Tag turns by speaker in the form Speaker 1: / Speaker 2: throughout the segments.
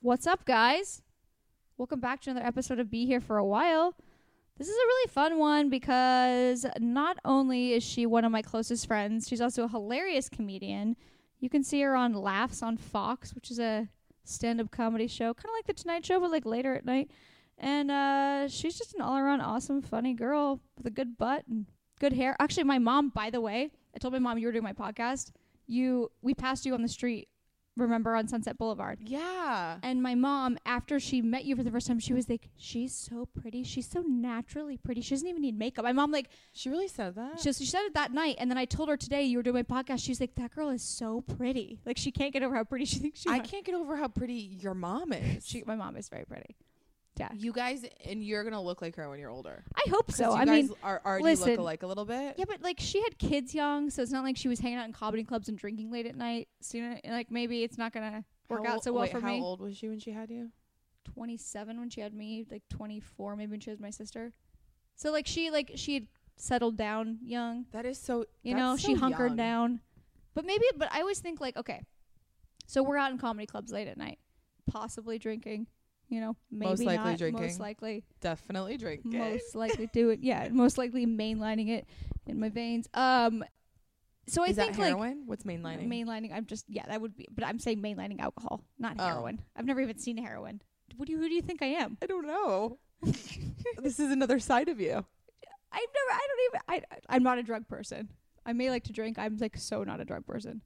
Speaker 1: What's up, guys? Welcome back to another episode of Be Here for a While. This is a really fun one because not only is she one of my closest friends, she's also a hilarious comedian. You can see her on Laughs on Fox, which is a stand up comedy show, kind of like The Tonight Show, but like later at night. And uh, she's just an all around awesome, funny girl with a good butt and good hair. Actually, my mom, by the way, I told my mom you were doing my podcast. You, we passed you on the street, remember, on Sunset Boulevard.
Speaker 2: Yeah.
Speaker 1: And my mom, after she met you for the first time, she was like, "She's so pretty. She's so naturally pretty. She doesn't even need makeup." My mom, like,
Speaker 2: She really said that?
Speaker 1: she, so she said it that night, and then I told her today you were doing my podcast. She's like, "That girl is so pretty. Like, she can't get over how pretty she thinks she."
Speaker 2: I
Speaker 1: might-
Speaker 2: can't get over how pretty your mom is.
Speaker 1: She, my mom is very pretty. Yeah,
Speaker 2: you guys, and you're going to look like her when you're older.
Speaker 1: I hope
Speaker 2: 'Cause
Speaker 1: so.
Speaker 2: you
Speaker 1: I
Speaker 2: guys
Speaker 1: mean,
Speaker 2: are already
Speaker 1: listen.
Speaker 2: look alike a little bit.
Speaker 1: yeah, but like she had kids young, so it's not like she was hanging out in comedy clubs and drinking late at night. So you know, and, like maybe it's not gonna work
Speaker 2: How
Speaker 1: out
Speaker 2: ol-
Speaker 1: so well
Speaker 2: wait,
Speaker 1: for
Speaker 2: how
Speaker 1: me.
Speaker 2: old was she when she had you?
Speaker 1: 27 when she had me like 24 maybe when she was my sister so like she like she had settled down young
Speaker 2: That is so.
Speaker 1: you
Speaker 2: that's
Speaker 1: know she
Speaker 2: so
Speaker 1: hunkered
Speaker 2: young.
Speaker 1: down but maybe but i always think like okay so we're out in comedy clubs late at night possibly drinking you know maybe
Speaker 2: Most likely
Speaker 1: not, most
Speaker 2: drinking.
Speaker 1: likely
Speaker 2: Definitely drinking.
Speaker 1: most likely do it yeah most likely mainlining it in my veins um so i
Speaker 2: is that
Speaker 1: think like
Speaker 2: heroin? What's mainlining?
Speaker 1: Mainlining. I'm just yeah, that would be. But I'm saying mainlining alcohol, not
Speaker 2: Oh.
Speaker 1: heroin. I've never even seen heroin. What do you? Who do you think I am?
Speaker 2: I don't know. this is another side of you.
Speaker 1: I've never. I don't even. I. I'm not a drug person. I may like to drink. I'm like so not a drug person.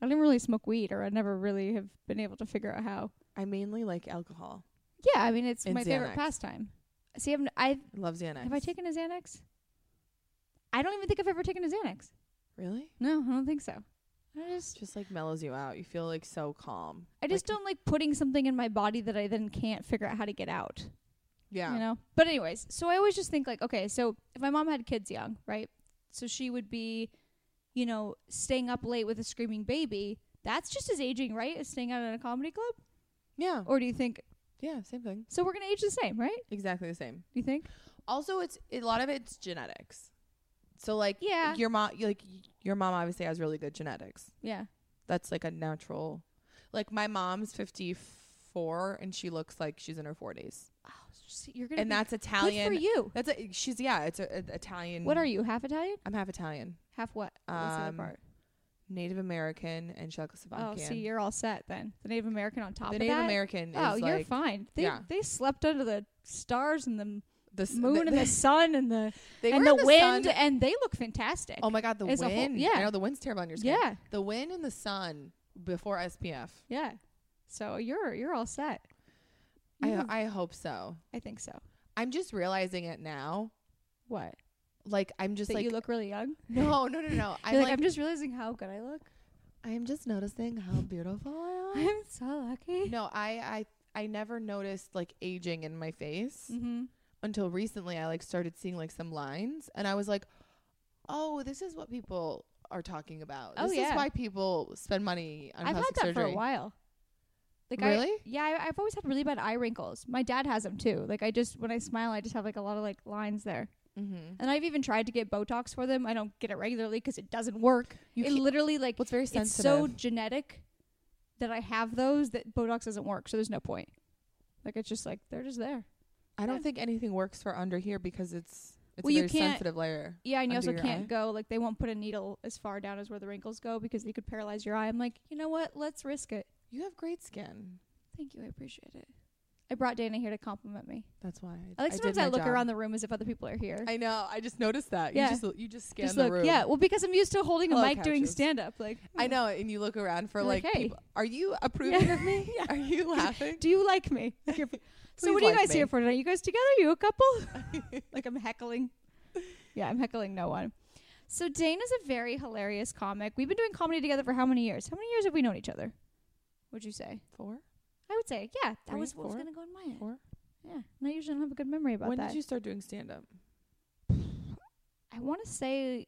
Speaker 1: I didn't really smoke weed, or I never really have been able to figure out how.
Speaker 2: I mainly like alcohol.
Speaker 1: Yeah, I mean it's
Speaker 2: And
Speaker 1: my favorite
Speaker 2: Xanax.
Speaker 1: pastime. See, I've, n- I've
Speaker 2: I love Xanax.
Speaker 1: have I taken a Xanax? I don't even think I've ever taken a Xanax.
Speaker 2: Really?
Speaker 1: No, I don't think so. I just,
Speaker 2: Just like mellows you out. You feel like so calm.
Speaker 1: I just
Speaker 2: Like-
Speaker 1: don't like putting something in my body that I then can't figure out how to get out.
Speaker 2: Yeah.
Speaker 1: You know? But anyways, so I always just think like, okay, so if my mom had kids young, right? So she would be, you know, staying up late with a screaming baby. That's just as aging, right? As staying out at a comedy club?
Speaker 2: Yeah.
Speaker 1: Or do you think
Speaker 2: Yeah. Same thing.
Speaker 1: so we're gonna age the same, right?
Speaker 2: Exactly the same.
Speaker 1: Do you think?
Speaker 2: Also, it's a lot of it's genetics. So like
Speaker 1: Yeah.
Speaker 2: your mom like your mom obviously has really good genetics.
Speaker 1: Yeah.
Speaker 2: That's like a natural. Like my mom's 54 and she looks like she's in her 40s.
Speaker 1: Oh, so you're gonna
Speaker 2: And
Speaker 1: be
Speaker 2: that's
Speaker 1: good
Speaker 2: Italian.
Speaker 1: for you.
Speaker 2: That's a, she's yeah, it's a, a- Italian.
Speaker 1: What are you? Half Italian?
Speaker 2: I'm half Italian,
Speaker 1: Half what? What's the other
Speaker 2: Um,
Speaker 1: part?
Speaker 2: Native American and
Speaker 1: Oh,
Speaker 2: Czechoslovakian.
Speaker 1: see, you're all set then. The Native American on top
Speaker 2: the
Speaker 1: of
Speaker 2: Native
Speaker 1: that.
Speaker 2: American is
Speaker 1: oh, you're
Speaker 2: like
Speaker 1: fine. They
Speaker 2: yeah.
Speaker 1: they slept under the stars and the
Speaker 2: the s-
Speaker 1: moon
Speaker 2: the,
Speaker 1: and the sun and the
Speaker 2: they
Speaker 1: and
Speaker 2: were
Speaker 1: the,
Speaker 2: in
Speaker 1: wind,
Speaker 2: sun.
Speaker 1: and they look fantastic.
Speaker 2: Oh my god, the
Speaker 1: is
Speaker 2: wind.
Speaker 1: a whole- yeah.
Speaker 2: I know the wind's terrible on your skin.
Speaker 1: yeah,
Speaker 2: The wind and the sun before SPF.
Speaker 1: yeah. So you're you're all set. You have-
Speaker 2: I uh, I hope so.
Speaker 1: I think so.
Speaker 2: I'm just realizing it now.
Speaker 1: What?
Speaker 2: Like I'm just
Speaker 1: That
Speaker 2: like
Speaker 1: you look really young.
Speaker 2: no no no no. I'm
Speaker 1: You're
Speaker 2: like,
Speaker 1: like, I'm just realizing how good I look.
Speaker 2: I'm just noticing how beautiful I am.
Speaker 1: I'm so lucky.
Speaker 2: Oh. no, I I I never noticed like aging in my face
Speaker 1: Mm-hmm.
Speaker 2: until recently. I like started seeing like some lines, and I was like, oh, this is what people are talking about.
Speaker 1: Oh,
Speaker 2: This
Speaker 1: yeah.
Speaker 2: is why people spend money on
Speaker 1: I've had
Speaker 2: plastic
Speaker 1: that
Speaker 2: surgery.
Speaker 1: for a while. Like I,
Speaker 2: Really?
Speaker 1: yeah, I, I've always had really bad eye wrinkles. My dad has them too. Like I just when I smile, I just have like a lot of like lines there.
Speaker 2: Mm-hmm.
Speaker 1: And I've even tried to get Botox for them. I don't get it regularly because it doesn't work.
Speaker 2: You
Speaker 1: it
Speaker 2: can't-
Speaker 1: literally like
Speaker 2: What's very
Speaker 1: it's
Speaker 2: sensitive.
Speaker 1: so genetic that I have those that Botox doesn't work, so there's no point. Like it's just like they're just there.
Speaker 2: I don't
Speaker 1: yeah.
Speaker 2: think anything works for under here because it's it's
Speaker 1: Well,
Speaker 2: a
Speaker 1: you
Speaker 2: very
Speaker 1: can't-
Speaker 2: sensitive layer.
Speaker 1: Yeah, and you
Speaker 2: Under
Speaker 1: also
Speaker 2: your
Speaker 1: can't
Speaker 2: eye?
Speaker 1: go like they won't put a needle as far down as where the wrinkles go because they could paralyze your eye. I'm like, you know what? Let's risk it.
Speaker 2: You have great skin.
Speaker 1: Thank you, I appreciate it. I brought Dana here to compliment me.
Speaker 2: That's why.
Speaker 1: I like
Speaker 2: did
Speaker 1: sometimes
Speaker 2: my
Speaker 1: I, look
Speaker 2: job.
Speaker 1: around the room as if other people are here.
Speaker 2: I know. I just noticed that.
Speaker 1: Yeah.
Speaker 2: You just you just scan
Speaker 1: just
Speaker 2: the
Speaker 1: look,
Speaker 2: room.
Speaker 1: yeah. Well, because I'm used to holding a
Speaker 2: Hello,
Speaker 1: mic doing
Speaker 2: couches.
Speaker 1: stand up. Like,
Speaker 2: I know, and you look around for
Speaker 1: You're like,
Speaker 2: like,
Speaker 1: "Hey."
Speaker 2: people. Are you approving
Speaker 1: Yeah.
Speaker 2: of me?
Speaker 1: Yeah.
Speaker 2: Are you laughing?
Speaker 1: Do you like me? Like you're- so
Speaker 2: Please
Speaker 1: what are you
Speaker 2: like
Speaker 1: guys
Speaker 2: me.
Speaker 1: here for tonight? You guys together? You a couple? like I'm heckling. Yeah, I'm heckling no one. So Dane is a very hilarious comic. We've been doing comedy together for how many years? How many years have we known each other? Would you say?
Speaker 2: Four.
Speaker 1: I would say, yeah. That
Speaker 2: Three,
Speaker 1: was what was
Speaker 2: four?
Speaker 1: gonna go in my head.
Speaker 2: Four?
Speaker 1: Yeah. And I usually don't have a good memory about
Speaker 2: When
Speaker 1: that.
Speaker 2: did you start doing stand up?
Speaker 1: I want to say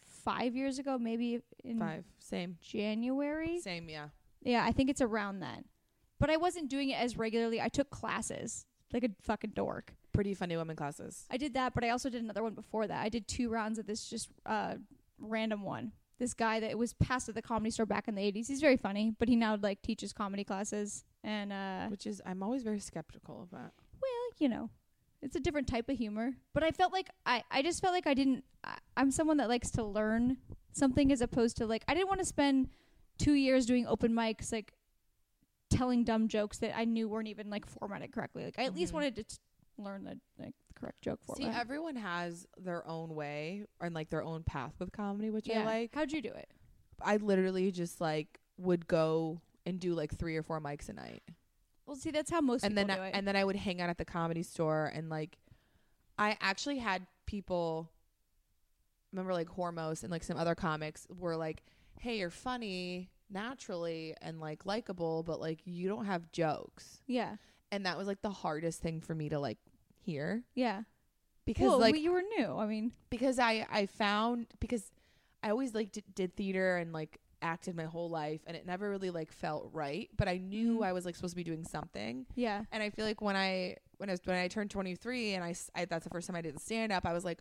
Speaker 1: five years ago, maybe in
Speaker 2: Five. Same.
Speaker 1: January.
Speaker 2: Same. Yeah.
Speaker 1: Yeah, I think it's around then. But but I wasn't doing it as regularly. I took classes like a fucking dork.
Speaker 2: Pretty funny women classes.
Speaker 1: I did that, but I also did another one before that. I did two rounds of this just uh, random one. This guy that was passed at the comedy store back in the 80s. He's very funny, but he now like teaches comedy classes and uh
Speaker 2: Which is I'm always very skeptical of that.
Speaker 1: well, you know, it's a different type of humor. But I felt like I, I just felt like I didn't. I, I'm someone that likes to learn something as opposed to like I didn't want to spend two years doing open mics like telling dumb jokes that I knew weren't even like formatted correctly. Like I at least
Speaker 2: Mhm.
Speaker 1: wanted to t- learn the like the correct joke
Speaker 2: See,
Speaker 1: format.
Speaker 2: everyone has their own way and like their own path with comedy, which I like.
Speaker 1: How'd you do it?
Speaker 2: I literally just like would go and do like three or four mics a night.
Speaker 1: Well, see, that's how most
Speaker 2: and
Speaker 1: people
Speaker 2: then
Speaker 1: do
Speaker 2: I,
Speaker 1: it.
Speaker 2: and then I would hang out at the comedy store and like I actually had people remember like Hormos and like some other comics were like, "Hey, you're funny naturally and like likable, but like you don't have jokes."
Speaker 1: yeah,
Speaker 2: And that was like the hardest thing for me to like hear
Speaker 1: yeah.
Speaker 2: because
Speaker 1: Well,
Speaker 2: like
Speaker 1: you were new. I mean,
Speaker 2: because I I found because I always like d- did theater and like acted my whole life and it never really like felt right, but I knew
Speaker 1: Mhm.
Speaker 2: I was like supposed to be doing something.
Speaker 1: yeah,
Speaker 2: And I feel like when I when I was, when I turned 23 and I, s- I- that's the first time I didn't stand up, I was like,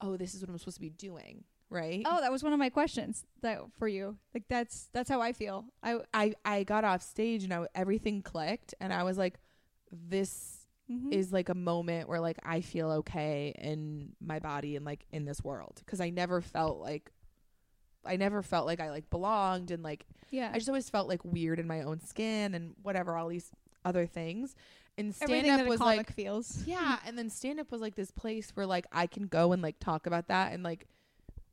Speaker 2: "Oh, this is what I'm supposed to be doing." Right?
Speaker 1: Oh, that was one of my questions that for you. Like that's that's how I feel. I
Speaker 2: I I got off stage and I, everything clicked and I was like, "This
Speaker 1: mhm.
Speaker 2: is like a moment where like I feel okay in my body and like in this world cuz I never felt like I never felt like I like belonged and like
Speaker 1: yeah.
Speaker 2: I just always felt like weird in my own skin and whatever all these other things. And stand
Speaker 1: Everything
Speaker 2: up
Speaker 1: that
Speaker 2: was
Speaker 1: a comic
Speaker 2: like
Speaker 1: feels.
Speaker 2: yeah, and then stand up was like this place where like I can go and like talk about that and like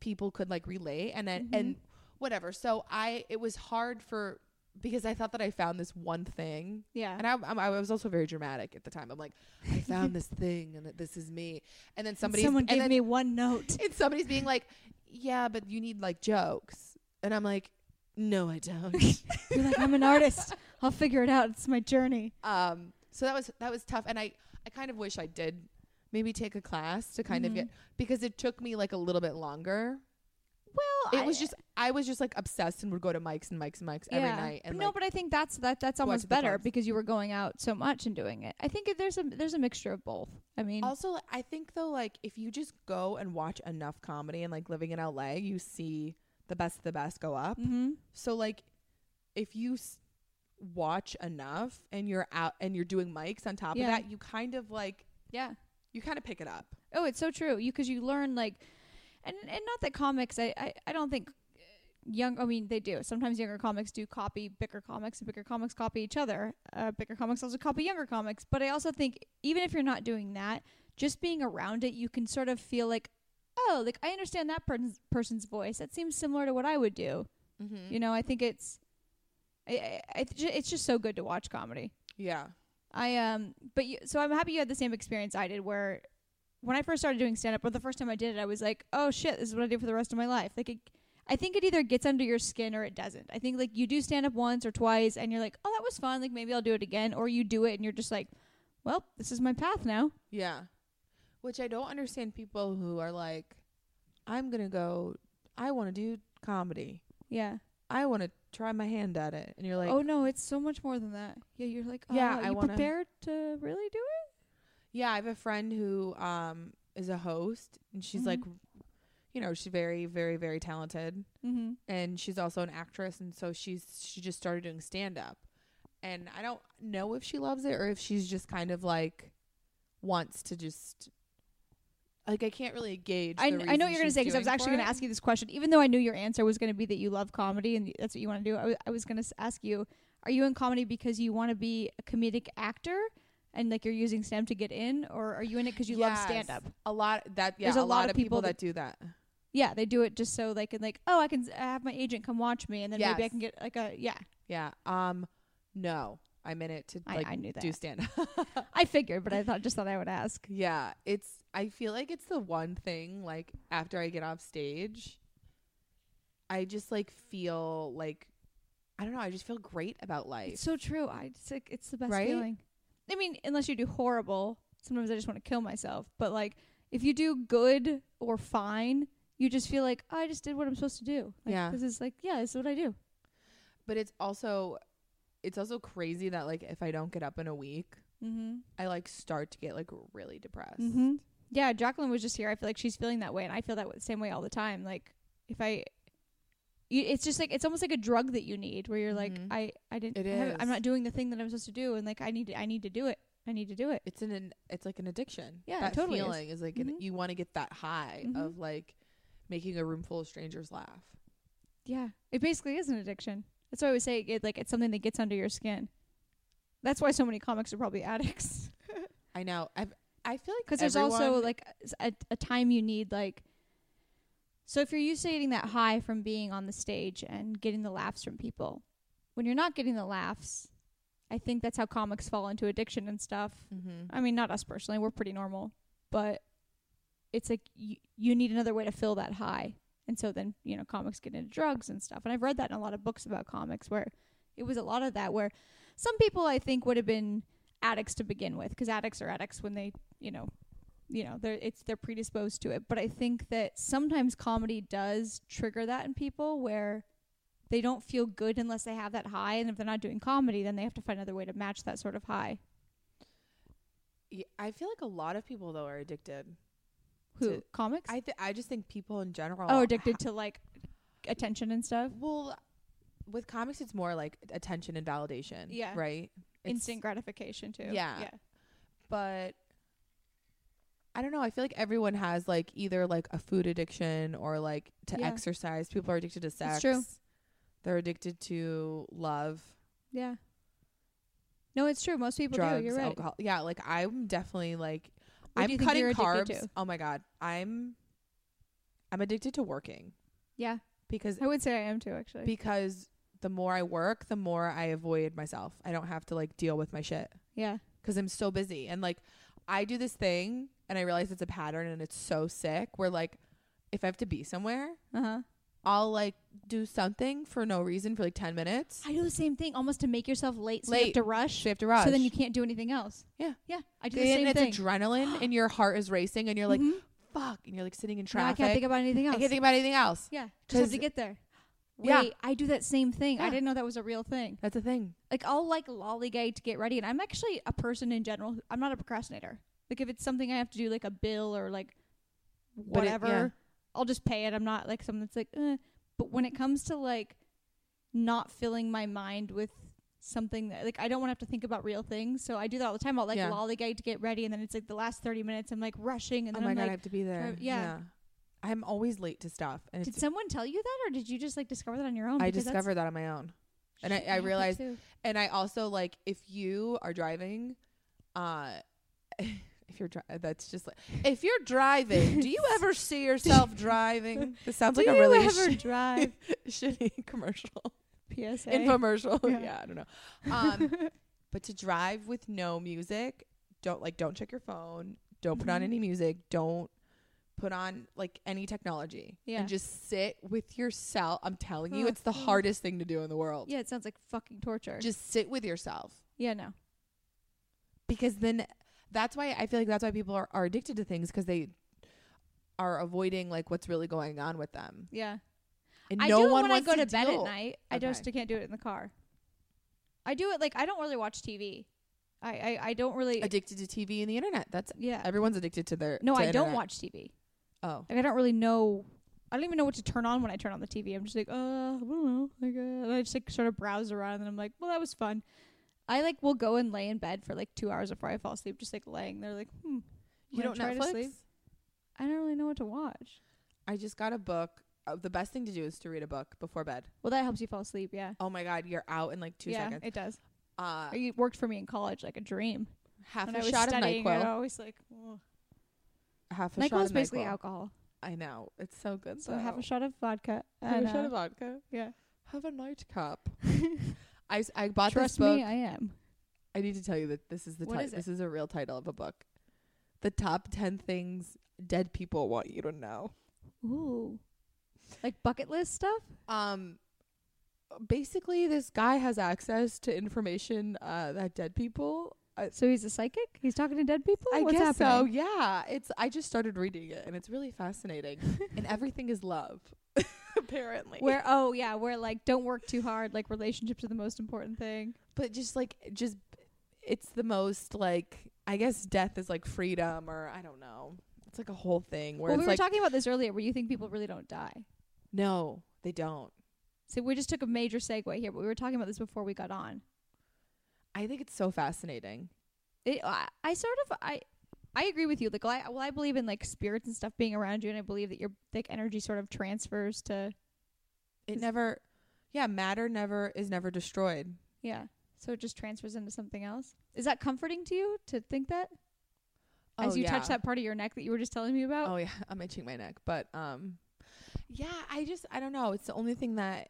Speaker 2: people could like relate and then
Speaker 1: Mhm.
Speaker 2: and whatever. So I it was hard for because I thought that I found this one thing
Speaker 1: Yeah.
Speaker 2: and I, I'm- I was also very dramatic at the time. I'm like, I found this thing, and this is me. And then somebody,
Speaker 1: someone
Speaker 2: and
Speaker 1: gave
Speaker 2: then,
Speaker 1: me one note.
Speaker 2: and somebody's being like, yeah, but you need like jokes, and I'm like, no, I don't.
Speaker 1: You're like, I'm an artist. I'll figure it out. It's my journey.
Speaker 2: um, so that was that was tough, and I I kind of wish I did maybe take a class to kind
Speaker 1: Mhm.
Speaker 2: of get because it took me like a little bit longer.
Speaker 1: Well,
Speaker 2: It was just I was just like obsessed and would go to mics and mics and mics every night. And
Speaker 1: no,
Speaker 2: like,
Speaker 1: but I think that's that that's
Speaker 2: go out
Speaker 1: almost
Speaker 2: to the
Speaker 1: better
Speaker 2: clubs.
Speaker 1: because you were going out so much and doing it. I think it- there's a there's a mixture of both. I mean,
Speaker 2: Also, like, I think though, like if you just go and watch enough comedy and like living in LA, you see the best of the best go up.
Speaker 1: mhm.
Speaker 2: So like, if you s- watch enough and you're out and you're doing mics on top
Speaker 1: Yeah.
Speaker 2: of that, you kind of like
Speaker 1: yeah.
Speaker 2: you kind of pick it up.
Speaker 1: Oh, it's so true. You because you learn like, and and not that comics. I I, I don't think uh, young. I mean, they do. Sometimes younger comics do copy bigger comics, and bigger comics copy each other. Uh, bigger comics also copy younger comics. But I also think even if you're not doing that, just being around it, you can sort of feel like, oh, like I understand that person's person's voice. That seems similar to what I would do.
Speaker 2: Mm-hmm.
Speaker 1: You know, I think it's, I, I, I it's just so good to watch comedy.
Speaker 2: yeah,
Speaker 1: I um, but you, so I'm happy you had the same experience I did. Where when I first started doing stand up, or the first time I did it, I was like, oh shit, this is what I do for the rest of my life. Like, it, I think it either gets under your skin or it doesn't. I think like you do stand up once or twice, and you're like, oh, that was fun. Like maybe I'll do it again, or you do it and you're just like, well, this is my path now.
Speaker 2: yeah. Which I don't understand people who are like, I'm gonna go. I want to do comedy.
Speaker 1: Yeah.
Speaker 2: I want to try my hand at it. And you're like,
Speaker 1: oh no, it's so much more than that. Yeah, you're like, oh,
Speaker 2: Yeah,
Speaker 1: wow,
Speaker 2: I
Speaker 1: you
Speaker 2: wanna-
Speaker 1: prepared to really do it.
Speaker 2: Yeah, I have a friend who um is a host and she's
Speaker 1: Mhm.
Speaker 2: like you know, she's very very very talented
Speaker 1: Mm-hmm.
Speaker 2: and she's also an actress and so she's she just started doing stand up. And I don't know if she loves it or if she's just kind of like wants to just like I can't really gauge.
Speaker 1: I,
Speaker 2: the
Speaker 1: kn- I know
Speaker 2: reason
Speaker 1: what you're going to
Speaker 2: she's
Speaker 1: say because I was
Speaker 2: doing
Speaker 1: actually
Speaker 2: for
Speaker 1: going to
Speaker 2: it.
Speaker 1: ask you this question. Even though I knew your answer was going to be that you love comedy and that's what you want to do, I wa- I was going to ask you, are you in comedy because you want to be a comedic actor and like you're using stand to get in, or are you in it because you love
Speaker 2: Yes.
Speaker 1: stand up?
Speaker 2: A lot that yeah,
Speaker 1: There's
Speaker 2: a, lot, of people that, do that.
Speaker 1: Yeah, they do it just so they can like, oh, I can s- I have my agent come watch me, and then maybe I
Speaker 2: Yes.
Speaker 1: can get like a yeah.
Speaker 2: Yeah. Um no, I'm in it to
Speaker 1: I,
Speaker 2: like
Speaker 1: I knew that.
Speaker 2: do stand up.
Speaker 1: I figured, but I thought just thought I would ask.
Speaker 2: Yeah, it's I feel like it's the one thing like after I get off stage I just like feel like I don't know, I just feel great about
Speaker 1: It's
Speaker 2: life.
Speaker 1: so true. I it's like it's the best
Speaker 2: Right?
Speaker 1: feeling. I mean, unless you do horrible, sometimes I just want to kill myself. But like, if you do good or fine, you just feel like "Oh, I just did what I'm supposed to do. Like,
Speaker 2: Yeah.
Speaker 1: this is like yeah, this is what I do.
Speaker 2: But it's also it's also crazy that like if I don't get up in a week,
Speaker 1: Mm-hmm.
Speaker 2: I like start to get like really depressed.
Speaker 1: Mm-hmm. Yeah, Jacqueline was just here. I feel like she's feeling that way, and I feel that w- same way all the time. Like if I, you, it's just like it's almost like a drug that you need, where you're like,
Speaker 2: Mhm.
Speaker 1: I, I didn't,
Speaker 2: It
Speaker 1: I haven't- I'm
Speaker 2: is.
Speaker 1: not doing the thing that I'm supposed to do, and like I need, to, I need to do it. I need to do it.
Speaker 2: It's an, an it's like an addiction.
Speaker 1: Yeah, it
Speaker 2: that
Speaker 1: totally is.
Speaker 2: feeling is, like an,
Speaker 1: Mhm.
Speaker 2: you want to get that high
Speaker 1: Mhm.
Speaker 2: of like making a room full of strangers laugh.
Speaker 1: Yeah, it basically is an addiction. That's why I always say it. Like it's something that gets under your skin. That's why so many comics are probably addicts.
Speaker 2: I know. I've I feel like
Speaker 1: because there's also
Speaker 2: everyone-
Speaker 1: like s- a, a time you need like so if you're used to getting that high from being on the stage and getting the laughs from people when you're not getting the laughs i think that's how comics fall into addiction and stuff
Speaker 2: Mhm.
Speaker 1: i mean not us personally we're pretty normal but it's like you, you need another way to fill that high and so then you know comics get into drugs and stuff and i've read that in a lot of books about comics where it was a lot of that where some people i think would have been addicts to begin with because addicts are addicts when they you know you know they're it's they're predisposed to it but i think that sometimes comedy does trigger that in people where they don't feel good unless they have that high and if they're not doing comedy then they have to find another way to match that sort of high
Speaker 2: Y- I feel like a lot of people though are addicted.
Speaker 1: who
Speaker 2: To-
Speaker 1: comics
Speaker 2: I th- I just think people in general
Speaker 1: oh addicted to like attention and stuff
Speaker 2: Well, with comics, it's more like attention and validation.
Speaker 1: Yeah.
Speaker 2: Right. It's-
Speaker 1: instant gratification too
Speaker 2: Yeah.
Speaker 1: yeah
Speaker 2: But I don't know. I feel like everyone has like either like a food addiction or like to
Speaker 1: Yeah.
Speaker 2: exercise. People are addicted to sex.
Speaker 1: It's true.
Speaker 2: They're addicted to love,
Speaker 1: yeah no it's true most people
Speaker 2: drugs,
Speaker 1: do you're right
Speaker 2: alcohol. Yeah. Like I'm definitely like
Speaker 1: What do
Speaker 2: I'm
Speaker 1: you think
Speaker 2: cutting
Speaker 1: you're
Speaker 2: carbs.
Speaker 1: addicted to?
Speaker 2: Oh my god. I'm I'm addicted to working
Speaker 1: yeah
Speaker 2: because
Speaker 1: i would say i am too actually
Speaker 2: because the more I work, the more I avoid myself. I don't have to like deal with my shit.
Speaker 1: yeah
Speaker 2: because I'm so busy. And like, I do this thing and I realize it's a pattern and it's so sick where like, if I have to be somewhere,
Speaker 1: uh-huh
Speaker 2: I'll like do something for no reason for like 10 minutes.
Speaker 1: i do the same thing almost to make yourself late so you have
Speaker 2: Late.
Speaker 1: to rush
Speaker 2: So you have to rush.
Speaker 1: So then you can't do anything else.
Speaker 2: Yeah.
Speaker 1: Yeah. I do
Speaker 2: And
Speaker 1: the same
Speaker 2: it's
Speaker 1: thing.
Speaker 2: adrenaline and your heart is racing and you're like,
Speaker 1: Mhm.
Speaker 2: fuck. And you're like sitting in
Speaker 1: No, I
Speaker 2: traffic.
Speaker 1: can't think about anything else.
Speaker 2: I can't think about anything else.
Speaker 1: yeah. Just have to
Speaker 2: 'cause-
Speaker 1: get there. Wait,
Speaker 2: Yeah.
Speaker 1: I do that same thing. I
Speaker 2: Yeah.
Speaker 1: didn't know that was a real thing.
Speaker 2: That's the thing.
Speaker 1: Like I'll like lollygag to get ready and I'm actually a person in general who- I'm not a procrastinator. Like if it's something I have to do like a bill or like
Speaker 2: it-
Speaker 1: whatever,
Speaker 2: yeah.
Speaker 1: I'll just pay it. I'm not like someone that's like eh. but when it comes to like not filling my mind with something that like I don't want to have to think about real things. So I do that all the time. I'll like
Speaker 2: Yeah.
Speaker 1: lollygag to get ready and then it's like the last 30 minutes I'm like rushing and
Speaker 2: Oh
Speaker 1: then
Speaker 2: my
Speaker 1: I'm
Speaker 2: God, I
Speaker 1: like
Speaker 2: have to be there.
Speaker 1: drive- yeah.
Speaker 2: I'm always late to stuff. And
Speaker 1: Did
Speaker 2: it's,
Speaker 1: someone tell you that, or did you just like discover that on your own?
Speaker 2: I
Speaker 1: Because that's-
Speaker 2: discovered that on my own. and I-
Speaker 1: Shit,
Speaker 2: I
Speaker 1: happened
Speaker 2: realized-
Speaker 1: too.
Speaker 2: And I also like if you are driving, uh, if you're dri- that's just like if you're driving. do you ever see yourself driving? This sounds
Speaker 1: Do
Speaker 2: like a
Speaker 1: you
Speaker 2: really
Speaker 1: ever
Speaker 2: sh-
Speaker 1: drive?
Speaker 2: shitty commercial,
Speaker 1: PSA.
Speaker 2: infomercial.
Speaker 1: Yeah.
Speaker 2: Yeah. I don't know. Um, but to drive with no music, don't like don't check your phone. Don't put on
Speaker 1: Mhm.
Speaker 2: any music. Don't put on like any technology.
Speaker 1: Yeah.
Speaker 2: And just sit with yourself. I'm telling you,
Speaker 1: Ugh.
Speaker 2: it's the hardest thing to do in the world.
Speaker 1: yeah, it sounds like fucking torture.
Speaker 2: Just sit with yourself.
Speaker 1: yeah, no.
Speaker 2: because then that's why I feel like that's why people are, are addicted to things because they are avoiding like what's really going on with them.
Speaker 1: Yeah,
Speaker 2: And
Speaker 1: I
Speaker 2: no
Speaker 1: do it
Speaker 2: one
Speaker 1: when I
Speaker 2: wants
Speaker 1: go to,
Speaker 2: to,
Speaker 1: bed
Speaker 2: deal.
Speaker 1: at night. I
Speaker 2: Okay.
Speaker 1: just can't do it in the car. I do it like I don't really watch TV. I I, I don't really.
Speaker 2: Addicted to TV and the internet. That's
Speaker 1: yeah.
Speaker 2: everyone's addicted to their.
Speaker 1: No,
Speaker 2: to
Speaker 1: I don't
Speaker 2: internet.
Speaker 1: watch TV.
Speaker 2: Oh,
Speaker 1: Like I don't really know. I don't even know what to turn on when I turn on the TV. I'm just like, uh, I don't know. Like, uh, and I just like sort of browse around, and I'm like, well, that was fun. I like will go and lay in bed for like two hours before I fall asleep, just like laying there, like, hmm.
Speaker 2: you
Speaker 1: I'm gonna
Speaker 2: don't
Speaker 1: try to
Speaker 2: Netflix.
Speaker 1: sleep. I don't really know what to watch.
Speaker 2: I just got a book. Uh, the best thing to do is to read a book before bed.
Speaker 1: Well, that helps you fall asleep, yeah.
Speaker 2: Oh my god, you're out in like two
Speaker 1: yeah,
Speaker 2: seconds.
Speaker 1: it does.
Speaker 2: Uh,
Speaker 1: it worked for me in college like a dream.
Speaker 2: half
Speaker 1: when I
Speaker 2: a
Speaker 1: was
Speaker 2: shot of
Speaker 1: studying, I
Speaker 2: Nyquil.
Speaker 1: always like ugh.
Speaker 2: Half a shot
Speaker 1: Nyquil's
Speaker 2: of
Speaker 1: basically
Speaker 2: Nyquil.
Speaker 1: alcohol.
Speaker 2: I know it's so good.
Speaker 1: So half
Speaker 2: though.
Speaker 1: a shot of vodka.
Speaker 2: Have
Speaker 1: and,
Speaker 2: a shot
Speaker 1: uh,
Speaker 2: of vodka.
Speaker 1: yeah.
Speaker 2: Have a nightcap. I s- I bought
Speaker 1: Trust
Speaker 2: this book.
Speaker 1: me, I am.
Speaker 2: I need to tell you that this is the
Speaker 1: What
Speaker 2: ti-
Speaker 1: is it?
Speaker 2: this is a real title of a book. The top ten things dead people want you to know.
Speaker 1: Ooh. Like bucket list stuff?
Speaker 2: Um, basically, this guy has access to information uh, that dead people. uh, I,
Speaker 1: So he's a psychic? He's talking to dead people?
Speaker 2: I
Speaker 1: What's
Speaker 2: guess so.
Speaker 1: happening?
Speaker 2: Yeah, it's. I just started reading it, and it's really fascinating. and everything is love. apparently.
Speaker 1: Where oh yeah, where like don't work too hard. Like relationships are the most important thing.
Speaker 2: but just like just it's the most like I guess death is like freedom or I don't know. It's like a whole thing where
Speaker 1: well, we
Speaker 2: it's
Speaker 1: were
Speaker 2: like
Speaker 1: talking about this earlier, where you think people really don't die.
Speaker 2: no, they don't.
Speaker 1: So we just took a major segue here, but we were talking about this before we got on.
Speaker 2: I think it's so fascinating.
Speaker 1: It, I, I sort of I. I agree with you. Like, well I, well, I believe in like spirits and stuff being around you, and I believe that your like energy sort of transfers to
Speaker 2: It
Speaker 1: Is-
Speaker 2: never yeah, matter never is never destroyed.
Speaker 1: yeah. So it just transfers into something else. Is that comforting to you to think that as
Speaker 2: Oh,
Speaker 1: you
Speaker 2: yeah.
Speaker 1: touch that part of your neck that you were just telling me about?
Speaker 2: Oh yeah, I'm itching my neck, but um yeah, I just I don't know. It's the only thing that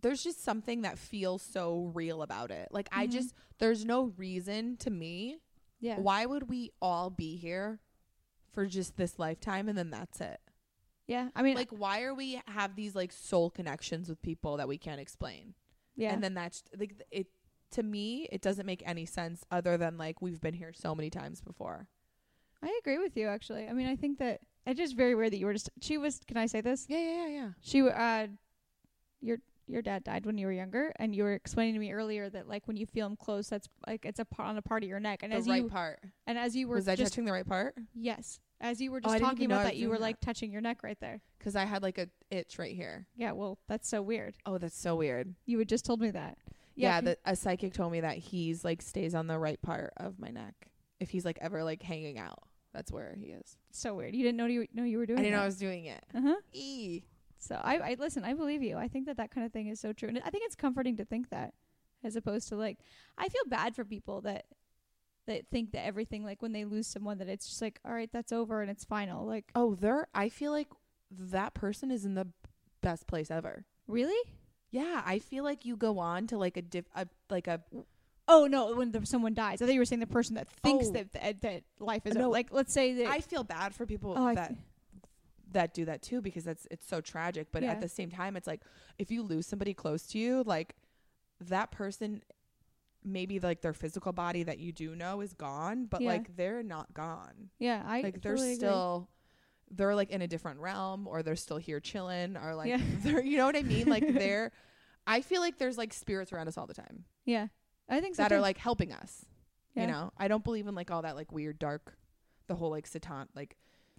Speaker 2: there's just something that feels so real about it. Like I
Speaker 1: Mhm.
Speaker 2: just there's no reason to me
Speaker 1: yeah.
Speaker 2: why would we all be here for just this lifetime and then that's it?
Speaker 1: Yeah. I mean, like,
Speaker 2: Like why are we have these like soul connections with people that we can't explain?
Speaker 1: yeah.
Speaker 2: And then that's like it to me it doesn't make any sense other than like we've been here so many times before.
Speaker 1: I agree with you actually. I mean, I think that it's just very weird that you were just she was can I say this?
Speaker 2: Yeah, yeah, yeah, yeah.
Speaker 1: She uh your your dad died when you were younger and you were explaining to me earlier that like when you feel him close that's like it's a part on a part of your neck and
Speaker 2: The
Speaker 1: as
Speaker 2: right
Speaker 1: you
Speaker 2: part.
Speaker 1: and as you were
Speaker 2: Was I
Speaker 1: just
Speaker 2: touching the right part?
Speaker 1: yes, as you were
Speaker 2: Oh, I
Speaker 1: just
Speaker 2: didn't
Speaker 1: talking
Speaker 2: even know
Speaker 1: about
Speaker 2: I
Speaker 1: that
Speaker 2: was
Speaker 1: you were
Speaker 2: doing
Speaker 1: like touching your neck right there.
Speaker 2: Because I had like a itch right here.
Speaker 1: Yeah, well, that's so weird.
Speaker 2: Oh, that's so weird.
Speaker 1: You had just told me that.
Speaker 2: Yeah,
Speaker 1: c-
Speaker 2: that a psychic told me that he's like stays on the right part of my neck. If he's like ever like hanging out, that's where he is.
Speaker 1: so weird. You didn't know you know you were doing
Speaker 2: I didn't
Speaker 1: that.
Speaker 2: know I was doing it.
Speaker 1: uh-huh.
Speaker 2: E.
Speaker 1: So I, I listen. I believe you. I think that that kind of thing is so true, and I think it's comforting to think that, as opposed to like, I feel bad for people that that think that everything like when they lose someone that it's just like, all right, that's over and it's final. Like,
Speaker 2: Oh, they're. I feel like that person is in the best place ever.
Speaker 1: really?
Speaker 2: Yeah, I feel like you go on to like a diff, a, like a
Speaker 1: Oh no, when the, someone dies, I thought you were saying the person that thinks
Speaker 2: Oh.
Speaker 1: that, that that life is
Speaker 2: No.
Speaker 1: over. Like, let's say that
Speaker 2: I feel bad for people
Speaker 1: Oh, I
Speaker 2: that
Speaker 1: see.
Speaker 2: that do that too because that's it's so tragic. But
Speaker 1: Yeah.
Speaker 2: at the same time, it's like if you lose somebody close to you, like that person, maybe like their physical body that you do know is gone, but
Speaker 1: Yeah.
Speaker 2: like they're not gone.
Speaker 1: yeah, I
Speaker 2: Like they're
Speaker 1: totally agree.
Speaker 2: still. They're like in a different realm, or they're still here chilling, or like
Speaker 1: Yeah.
Speaker 2: they're, you know what I mean? Like they're, I feel like there's like spirits around us all the time
Speaker 1: yeah. I think so
Speaker 2: that are
Speaker 1: too.
Speaker 2: like helping us.
Speaker 1: Yeah.
Speaker 2: You know, I don't believe in like all that like weird dark, the whole like satan like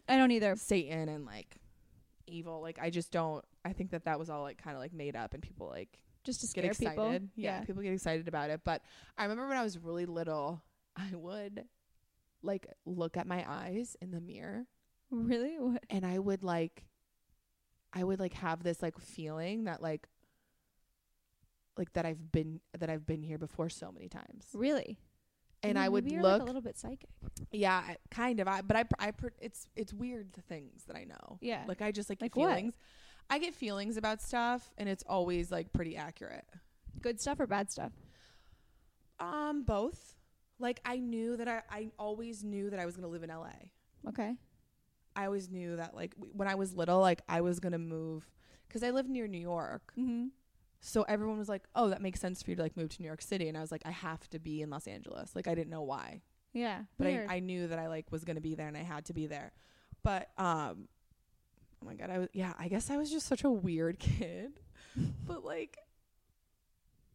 Speaker 1: I don't either.
Speaker 2: Satan and like evil. Like I just don't. I think that that was all like kind of like made up and people like
Speaker 1: Just to
Speaker 2: get
Speaker 1: scare
Speaker 2: excited.
Speaker 1: people.
Speaker 2: Yeah,
Speaker 1: yeah.
Speaker 2: people get excited about it. But I remember when I was really little, I would like look at my eyes in the mirror
Speaker 1: Really? What?
Speaker 2: and I would like I would like have this like feeling that like like that I've been that I've been here before so many times.
Speaker 1: Really?
Speaker 2: And
Speaker 1: Yeah,
Speaker 2: I would
Speaker 1: maybe you're, like,
Speaker 2: look
Speaker 1: a little bit psychic.
Speaker 2: yeah, I- kind of I but I I pr- it's it's weird the things that I know.
Speaker 1: Yeah.
Speaker 2: Like I just like,
Speaker 1: Like
Speaker 2: get
Speaker 1: what?
Speaker 2: feelings. I get feelings about stuff and it's always like pretty accurate.
Speaker 1: Good stuff or bad stuff?
Speaker 2: Um both. Like I knew that I I always knew that I was going to live in LA.
Speaker 1: Okay.
Speaker 2: I always knew that like w- when I was little like I was going to move cuz I lived near New York.
Speaker 1: Mm-hmm.
Speaker 2: So everyone was like, "Oh, that makes sense for you to like move to New York City." And I was like, "I have to be in Los Angeles." Like I didn't know why.
Speaker 1: Yeah.
Speaker 2: but I,
Speaker 1: weird.
Speaker 2: I knew that I like was gonna be there and I had to be there. But um, oh my god, I was yeah, I guess I was just such a weird kid. but like,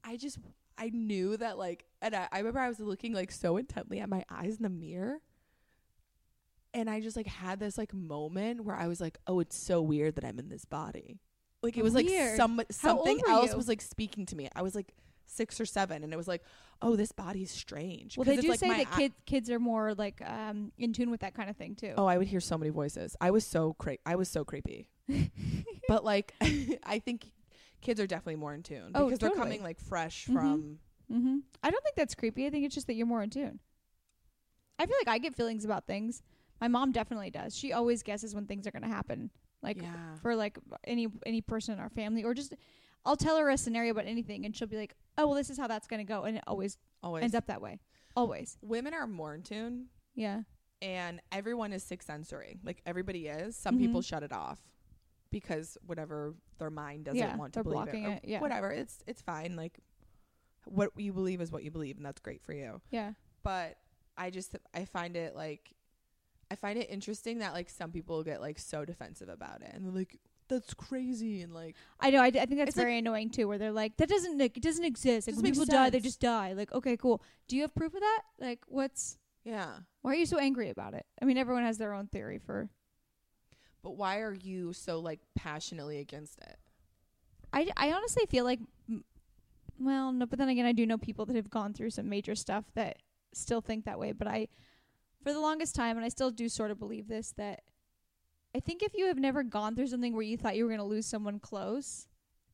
Speaker 2: I just I knew that like, and I, I remember I was looking like so intently at my eyes in the mirror, and I just like had this like moment where I was like, oh, it's so weird that I'm in this body. Like it was
Speaker 1: Weird.
Speaker 2: like some something
Speaker 1: old were
Speaker 2: else
Speaker 1: you?
Speaker 2: was like speaking to me. I was like six or seven, and it was like, oh, this body's strange.
Speaker 1: Well, they
Speaker 2: 'Cause it's,
Speaker 1: do
Speaker 2: like,
Speaker 1: say
Speaker 2: my
Speaker 1: that
Speaker 2: eye-
Speaker 1: kids kids are more like um in tune with that kind of thing too.
Speaker 2: Oh, I would hear so many voices. I was so cra- I was so creepy. but like I think kids are definitely more in tune because
Speaker 1: Oh,
Speaker 2: they're
Speaker 1: totally.
Speaker 2: coming like fresh
Speaker 1: Mhm.
Speaker 2: from
Speaker 1: hmm I don't think that's creepy. I think it's just that you're more in tune. I feel like I get feelings about things. My mom definitely does. She always guesses when things are going to happen. Like
Speaker 2: yeah.
Speaker 1: for like any any person in our family or just I'll tell her a scenario about anything and she'll be like, "Oh, well this is how that's going to go." And it always
Speaker 2: always.
Speaker 1: ends up that way. Always.
Speaker 2: Women are more in tune
Speaker 1: Yeah.
Speaker 2: and everyone is sixth sensory. Like everybody is. Some people
Speaker 1: Mhm.
Speaker 2: shut it off because whatever their mind doesn't
Speaker 1: Yeah,
Speaker 2: want
Speaker 1: they're
Speaker 2: to believe
Speaker 1: blocking
Speaker 2: it. or
Speaker 1: it, yeah.
Speaker 2: Whatever. It's it's fine. Like what you believe is what you believe and that's great for you.
Speaker 1: Yeah.
Speaker 2: but I just I find it like I find it interesting that like some people get like so defensive about it and they're like that's crazy and like
Speaker 1: I know. I, d- I think that's
Speaker 2: It's like-
Speaker 1: very annoying too, where they're like, "That doesn't like, it doesn't exist. Like
Speaker 2: Doesn't
Speaker 1: when
Speaker 2: make
Speaker 1: people die, they
Speaker 2: sense.
Speaker 1: just die." Like, okay, cool. Do you have proof of that? Like, what's
Speaker 2: yeah.
Speaker 1: why are you so angry about it? I mean, everyone has their own theory for.
Speaker 2: But why are you so like passionately against it?
Speaker 1: I I honestly feel like, m- well, no, but then again, I do know people that have gone through some major stuff that still think that way. But I, for the longest time, and I still do sort of believe this that I think if you have never gone through something where you thought you were going to lose someone close,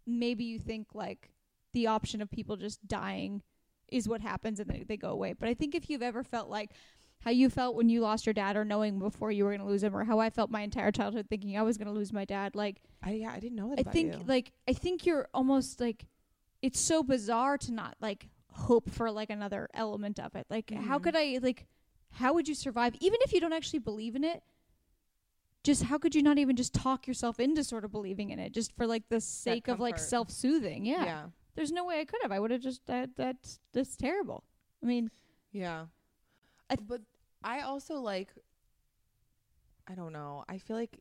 Speaker 1: maybe you think like the option of people just dying is what happens and they, they go away. But I think if you've ever felt like how you felt when you lost your dad or knowing before you were going to lose him or how I felt my entire childhood thinking I was going to lose my dad, like
Speaker 2: I yeah, I didn't know that.
Speaker 1: I
Speaker 2: about
Speaker 1: think
Speaker 2: you.
Speaker 1: like I think you're almost like it's so bizarre to not like hope for like another element of it. Like how
Speaker 2: Mhm.
Speaker 1: could I like how would you survive even if you don't actually believe in it? Just how could you not even just talk yourself into sort of believing in it just for like the sake of like
Speaker 2: comfort.
Speaker 1: self-soothing? Yeah.
Speaker 2: yeah.
Speaker 1: There's no way I could have. I would have just that that's that's terrible. I mean,
Speaker 2: Yeah.
Speaker 1: I th-
Speaker 2: but I also like I don't know. I feel like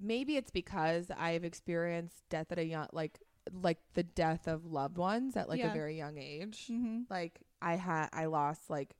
Speaker 2: maybe it's because I've experienced death at a young like like the death of loved ones at like
Speaker 1: Yeah.
Speaker 2: a very young age.
Speaker 1: mm-hmm.
Speaker 2: Like I had I lost like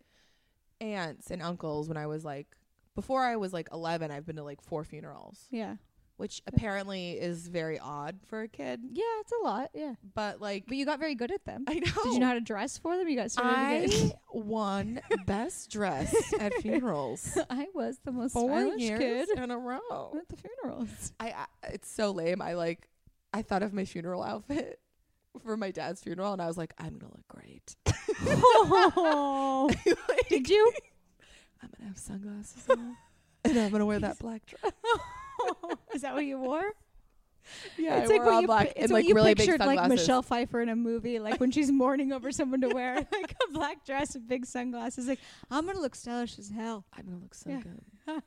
Speaker 2: aunts and uncles when I was like before I was like 11, I've been to like four funerals,
Speaker 1: yeah.
Speaker 2: which apparently is very odd for a kid,
Speaker 1: Yeah, it's a lot. Yeah.
Speaker 2: but like
Speaker 1: But you got very good at them.
Speaker 2: I know.
Speaker 1: Did you know how to dress for them? You got started to get-
Speaker 2: I won best dress at funerals.
Speaker 1: I was the most
Speaker 2: Four
Speaker 1: stylish
Speaker 2: years
Speaker 1: kid
Speaker 2: in a row.
Speaker 1: at the funerals.
Speaker 2: I, I it's so lame. I like I thought of my funeral outfit for my dad's funeral, and I was like, I'm gonna look great.
Speaker 1: oh,
Speaker 2: Like,
Speaker 1: did you?
Speaker 2: I'm gonna have sunglasses on, and I'm gonna wear that black dress.
Speaker 1: Is that what you wore?
Speaker 2: Yeah,
Speaker 1: it's
Speaker 2: I
Speaker 1: like
Speaker 2: wore
Speaker 1: what
Speaker 2: all
Speaker 1: you,
Speaker 2: black
Speaker 1: pi-
Speaker 2: and
Speaker 1: it's
Speaker 2: like
Speaker 1: what you
Speaker 2: really big
Speaker 1: pictured, like
Speaker 2: sunglasses.
Speaker 1: Michelle Pfeiffer in a movie, like when she's mourning over someone to wear like a black dress and big sunglasses. Like I'm gonna look stylish as hell.
Speaker 2: I'm gonna look so
Speaker 1: Yeah.
Speaker 2: good. I'm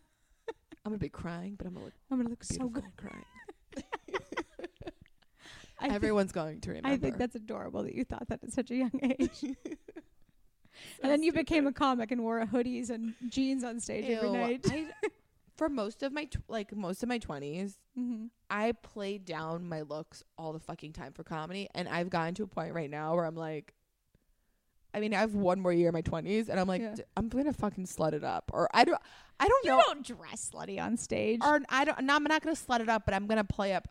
Speaker 2: gonna be crying, but I'm gonna look
Speaker 1: I'm gonna look
Speaker 2: beautiful
Speaker 1: so good.
Speaker 2: and crying.
Speaker 1: I think-
Speaker 2: Everyone's going to remember.
Speaker 1: I think that's adorable that you thought that at such a young age. and then you became a comic and wore hoodies and jeans on stage every
Speaker 2: Ew,
Speaker 1: night.
Speaker 2: I, for most of my tw- like most of my twenties,
Speaker 1: hmm
Speaker 2: I play down my looks all the fucking time for comedy, and I've gotten to a point right now where I'm like, I mean, I have one more year in my twenties, and I'm like,
Speaker 1: Yeah.
Speaker 2: D- I'm gonna fucking slut it up, or I don't, I don't
Speaker 1: You
Speaker 2: know,
Speaker 1: don't dress slutty on stage.
Speaker 2: or I don't, no, I'm not gonna slut it up, but I'm gonna play up.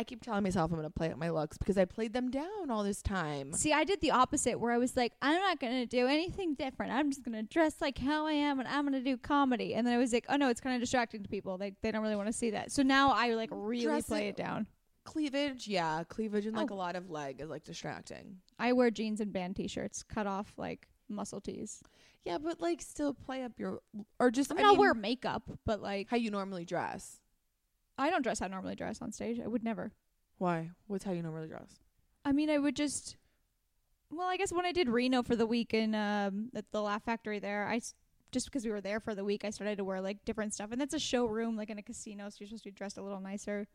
Speaker 2: I keep telling myself I'm gonna play up my looks because I played them down all this time.
Speaker 1: See, I did the opposite where I was like, I'm not going to do anything different. I'm just going to dress like how I am and I'm going to do comedy. And then I was like, oh no, it's kind of distracting to people. They, they don't really want to see that. So now I like really
Speaker 2: Dress
Speaker 1: play
Speaker 2: it-
Speaker 1: it down.
Speaker 2: Cleavage, yeah, cleavage and like
Speaker 1: Oh.
Speaker 2: a lot of leg is like distracting.
Speaker 1: I wear jeans and band t shirts, cut off like muscle tees.
Speaker 2: Yeah, but like still play up your or just
Speaker 1: I
Speaker 2: I
Speaker 1: mean, I'll
Speaker 2: mean,
Speaker 1: wear makeup, but like,
Speaker 2: how you normally dress.
Speaker 1: I don't dress how I normally dress on stage. I would never.
Speaker 2: Why? What's how you normally dress?
Speaker 1: I mean, I would just. Well, I guess when I did Reno for the week in um, at the Laugh Factory there, I s- just because we were there for the week, I started to wear like different stuff, and that's a showroom like in a casino, so you're supposed to be dressed a little nicer.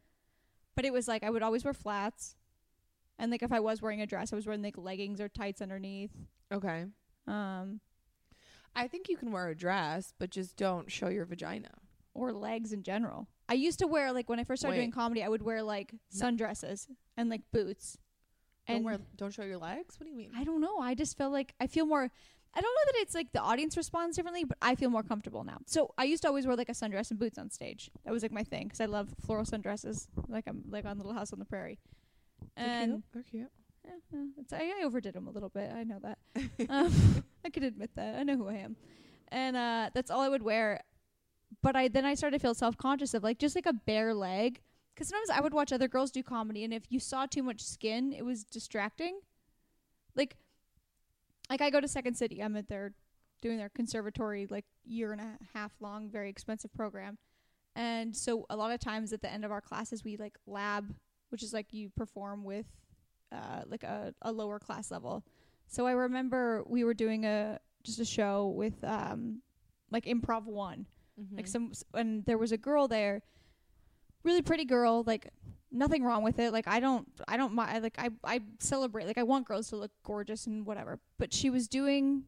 Speaker 1: But it was like I would always wear flats, and like if I was wearing a dress, I was wearing like leggings or tights underneath.
Speaker 2: Okay.
Speaker 1: Um,
Speaker 2: I think you can wear a dress, but just don't show your vagina.
Speaker 1: or legs in general. I used to wear like when I first started doing
Speaker 2: Wait.
Speaker 1: comedy, I would wear like sundresses and like boots.
Speaker 2: don't wear, don't show your legs. What do you mean?
Speaker 1: I don't know. I just feel like I feel more. I don't know that it's like the audience responds differently, but I feel more comfortable now. So I used to always wear like a sundress and boots on stage. That was like my thing because I love floral sundresses, like I'm like on Little House on the Prairie. And
Speaker 2: they're cute.
Speaker 1: eh, eh, it's, I, I overdid them a little bit. I know that. um, I could admit that. I know who I am, and uh, that's all I would wear. But I then I started to feel self conscious of like just like a bare leg, because sometimes I would watch other girls do comedy, and if you saw too much skin, it was distracting. Like, like I go to Second City. I'm at their doing their conservatory like year and a half long, very expensive program, and so a lot of times at the end of our classes we like lab, which is like you perform with uh, like a, a lower class level. So I remember we were doing a just a show with um like improv one
Speaker 2: Mm-hmm.
Speaker 1: like some s- and there was a girl there really pretty girl like nothing wrong with it like i don't i don't mi- I like i i celebrate like i want girls to look gorgeous and whatever but she was doing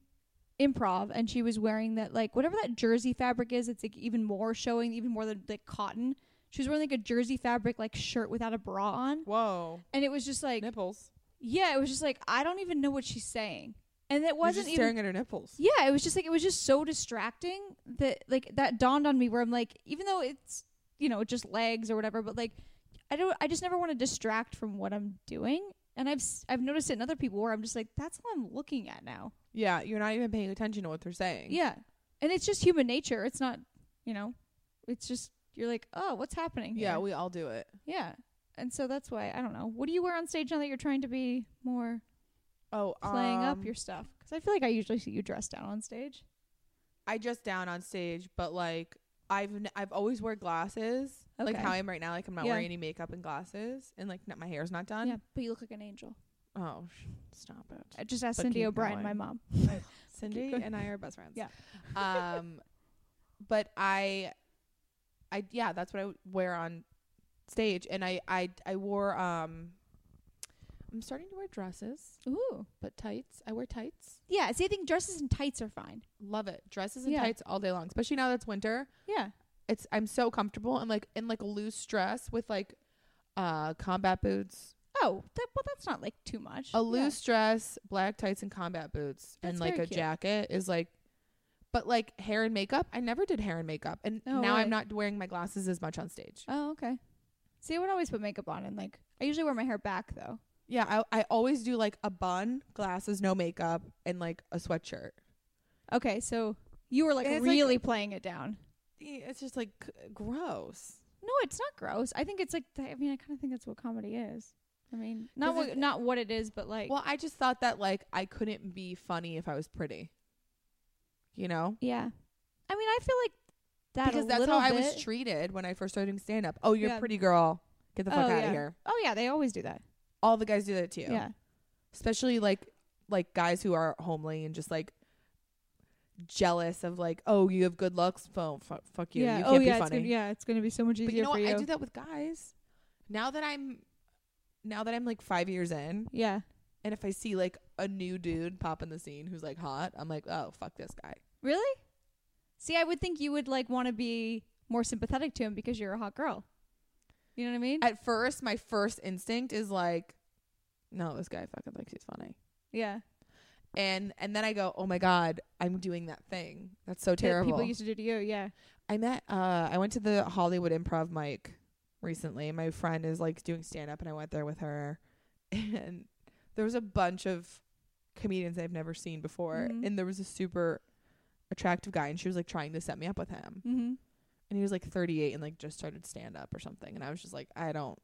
Speaker 1: improv and she was wearing that like whatever that jersey fabric is it's like even more showing even more than like cotton She was wearing like a jersey fabric like shirt without a bra on,
Speaker 2: Whoa.
Speaker 1: and it was just like
Speaker 2: nipples.
Speaker 1: yeah, it was just like I don't even know what she's saying, and it
Speaker 2: You're
Speaker 1: wasn't
Speaker 2: just
Speaker 1: even
Speaker 2: staring at her nipples.
Speaker 1: yeah, it was just like it was just so distracting that like that dawned on me where I'm like, even though it's you know just legs or whatever, but like I don't, I just never want to distract from what I'm doing, and I've s- I've noticed it in other people where I'm just like, that's all I'm looking at now.
Speaker 2: Yeah, you're not even paying attention to what they're saying.
Speaker 1: Yeah, and it's just human nature. It's not you know, it's just you're like, oh, what's happening?
Speaker 2: Yeah,
Speaker 1: here?
Speaker 2: we all do it.
Speaker 1: yeah, and so that's why I don't know. What do you wear on stage now that you're trying to be more
Speaker 2: Oh,
Speaker 1: playing up
Speaker 2: um,
Speaker 1: your stuff? Because I feel like I usually see you dressed down on stage.
Speaker 2: I just down on stage, but like I've n- I've always wear glasses. Like
Speaker 1: Okay.
Speaker 2: how I am right now, like I'm not
Speaker 1: Yeah.
Speaker 2: wearing any makeup and glasses, and like not, my hair's not done.
Speaker 1: Yeah, but you look like an angel.
Speaker 2: Oh, sh- stop it,
Speaker 1: I just asked
Speaker 2: But
Speaker 1: Cindy
Speaker 2: keep
Speaker 1: O'Brien, my
Speaker 2: going.
Speaker 1: mom.
Speaker 2: Cindy
Speaker 1: going.
Speaker 2: and I are best friends.
Speaker 1: Yeah.
Speaker 2: um, but I, I yeah, that's what I would wear on stage, and I I I wore um. I'm starting to wear dresses,
Speaker 1: Ooh.
Speaker 2: but tights. I wear tights.
Speaker 1: Yeah, see, I think dresses and tights are fine.
Speaker 2: Love it. Dresses and
Speaker 1: Yeah.
Speaker 2: tights all day long, especially now that it's winter.
Speaker 1: Yeah.
Speaker 2: it's I'm so comfortable and like in like a loose dress with like uh combat boots.
Speaker 1: Oh, that, well, that's not like too much.
Speaker 2: A
Speaker 1: Yeah.
Speaker 2: loose dress, black tights and combat boots
Speaker 1: That's
Speaker 2: and like
Speaker 1: very
Speaker 2: a
Speaker 1: cute.
Speaker 2: jacket is like but like hair and makeup, I never did hair and makeup. And
Speaker 1: Oh,
Speaker 2: now
Speaker 1: right.
Speaker 2: I'm not wearing my glasses as much on stage.
Speaker 1: Oh, okay. See, I would always put makeup on, and like, I usually wear my hair back though.
Speaker 2: Yeah, I I always do like a bun, glasses, no makeup, and like a sweatshirt.
Speaker 1: Okay, so you were like
Speaker 2: It's like-
Speaker 1: really playing it down.
Speaker 2: Yeah, E, It's just like g- gross.
Speaker 1: No, it's not gross. I think it's like, th- I mean, I kind of think that's what comedy is. I mean, not
Speaker 2: 'Cause
Speaker 1: what,
Speaker 2: it-
Speaker 1: not what it is, but like,
Speaker 2: Well, I just thought that like I couldn't be funny if I was pretty. You know?
Speaker 1: yeah. I mean, I feel like that
Speaker 2: because
Speaker 1: a
Speaker 2: that's
Speaker 1: little
Speaker 2: how I was
Speaker 1: bit-
Speaker 2: treated when I first started doing stand up. Oh, you're
Speaker 1: Yeah.
Speaker 2: a pretty girl. Get the fuck
Speaker 1: Oh,
Speaker 2: out
Speaker 1: yeah.
Speaker 2: of here.
Speaker 1: oh yeah, they always do that.
Speaker 2: All the guys do that to you.
Speaker 1: Yeah.
Speaker 2: Especially like like guys who are homely and just like jealous of like, oh, you have good looks. Oh, fuck, fuck you. You can't
Speaker 1: oh yeah,
Speaker 2: be
Speaker 1: it's
Speaker 2: funny.
Speaker 1: gonna, yeah, it's gonna be so much easier
Speaker 2: but you know
Speaker 1: for
Speaker 2: what?
Speaker 1: you.
Speaker 2: I do that with guys. Now that I'm now that I'm like five years in,
Speaker 1: yeah.
Speaker 2: and if I see like a new dude pop in the scene who's like hot, I'm like, oh, fuck this guy.
Speaker 1: Really? See, I would think you would like want to be more sympathetic to him because you're a hot girl. You know what I mean?
Speaker 2: At first, my first instinct is like, no, this guy fucking thinks he's funny.
Speaker 1: yeah.
Speaker 2: and and then I go, oh my god, I'm doing that thing. That's so
Speaker 1: That
Speaker 2: terrible.
Speaker 1: people used to do to you. Yeah.
Speaker 2: I met, uh, I went to the Hollywood Improv mic recently. My friend is like doing stand up, and I went there with her, and there was a bunch of comedians I've never seen before,
Speaker 1: Mhm.
Speaker 2: and there was a super attractive guy, and she was like trying to set me up with him,
Speaker 1: Mm-hmm.
Speaker 2: and he was like 38 and like just started stand up or something, and I was just like, I don't,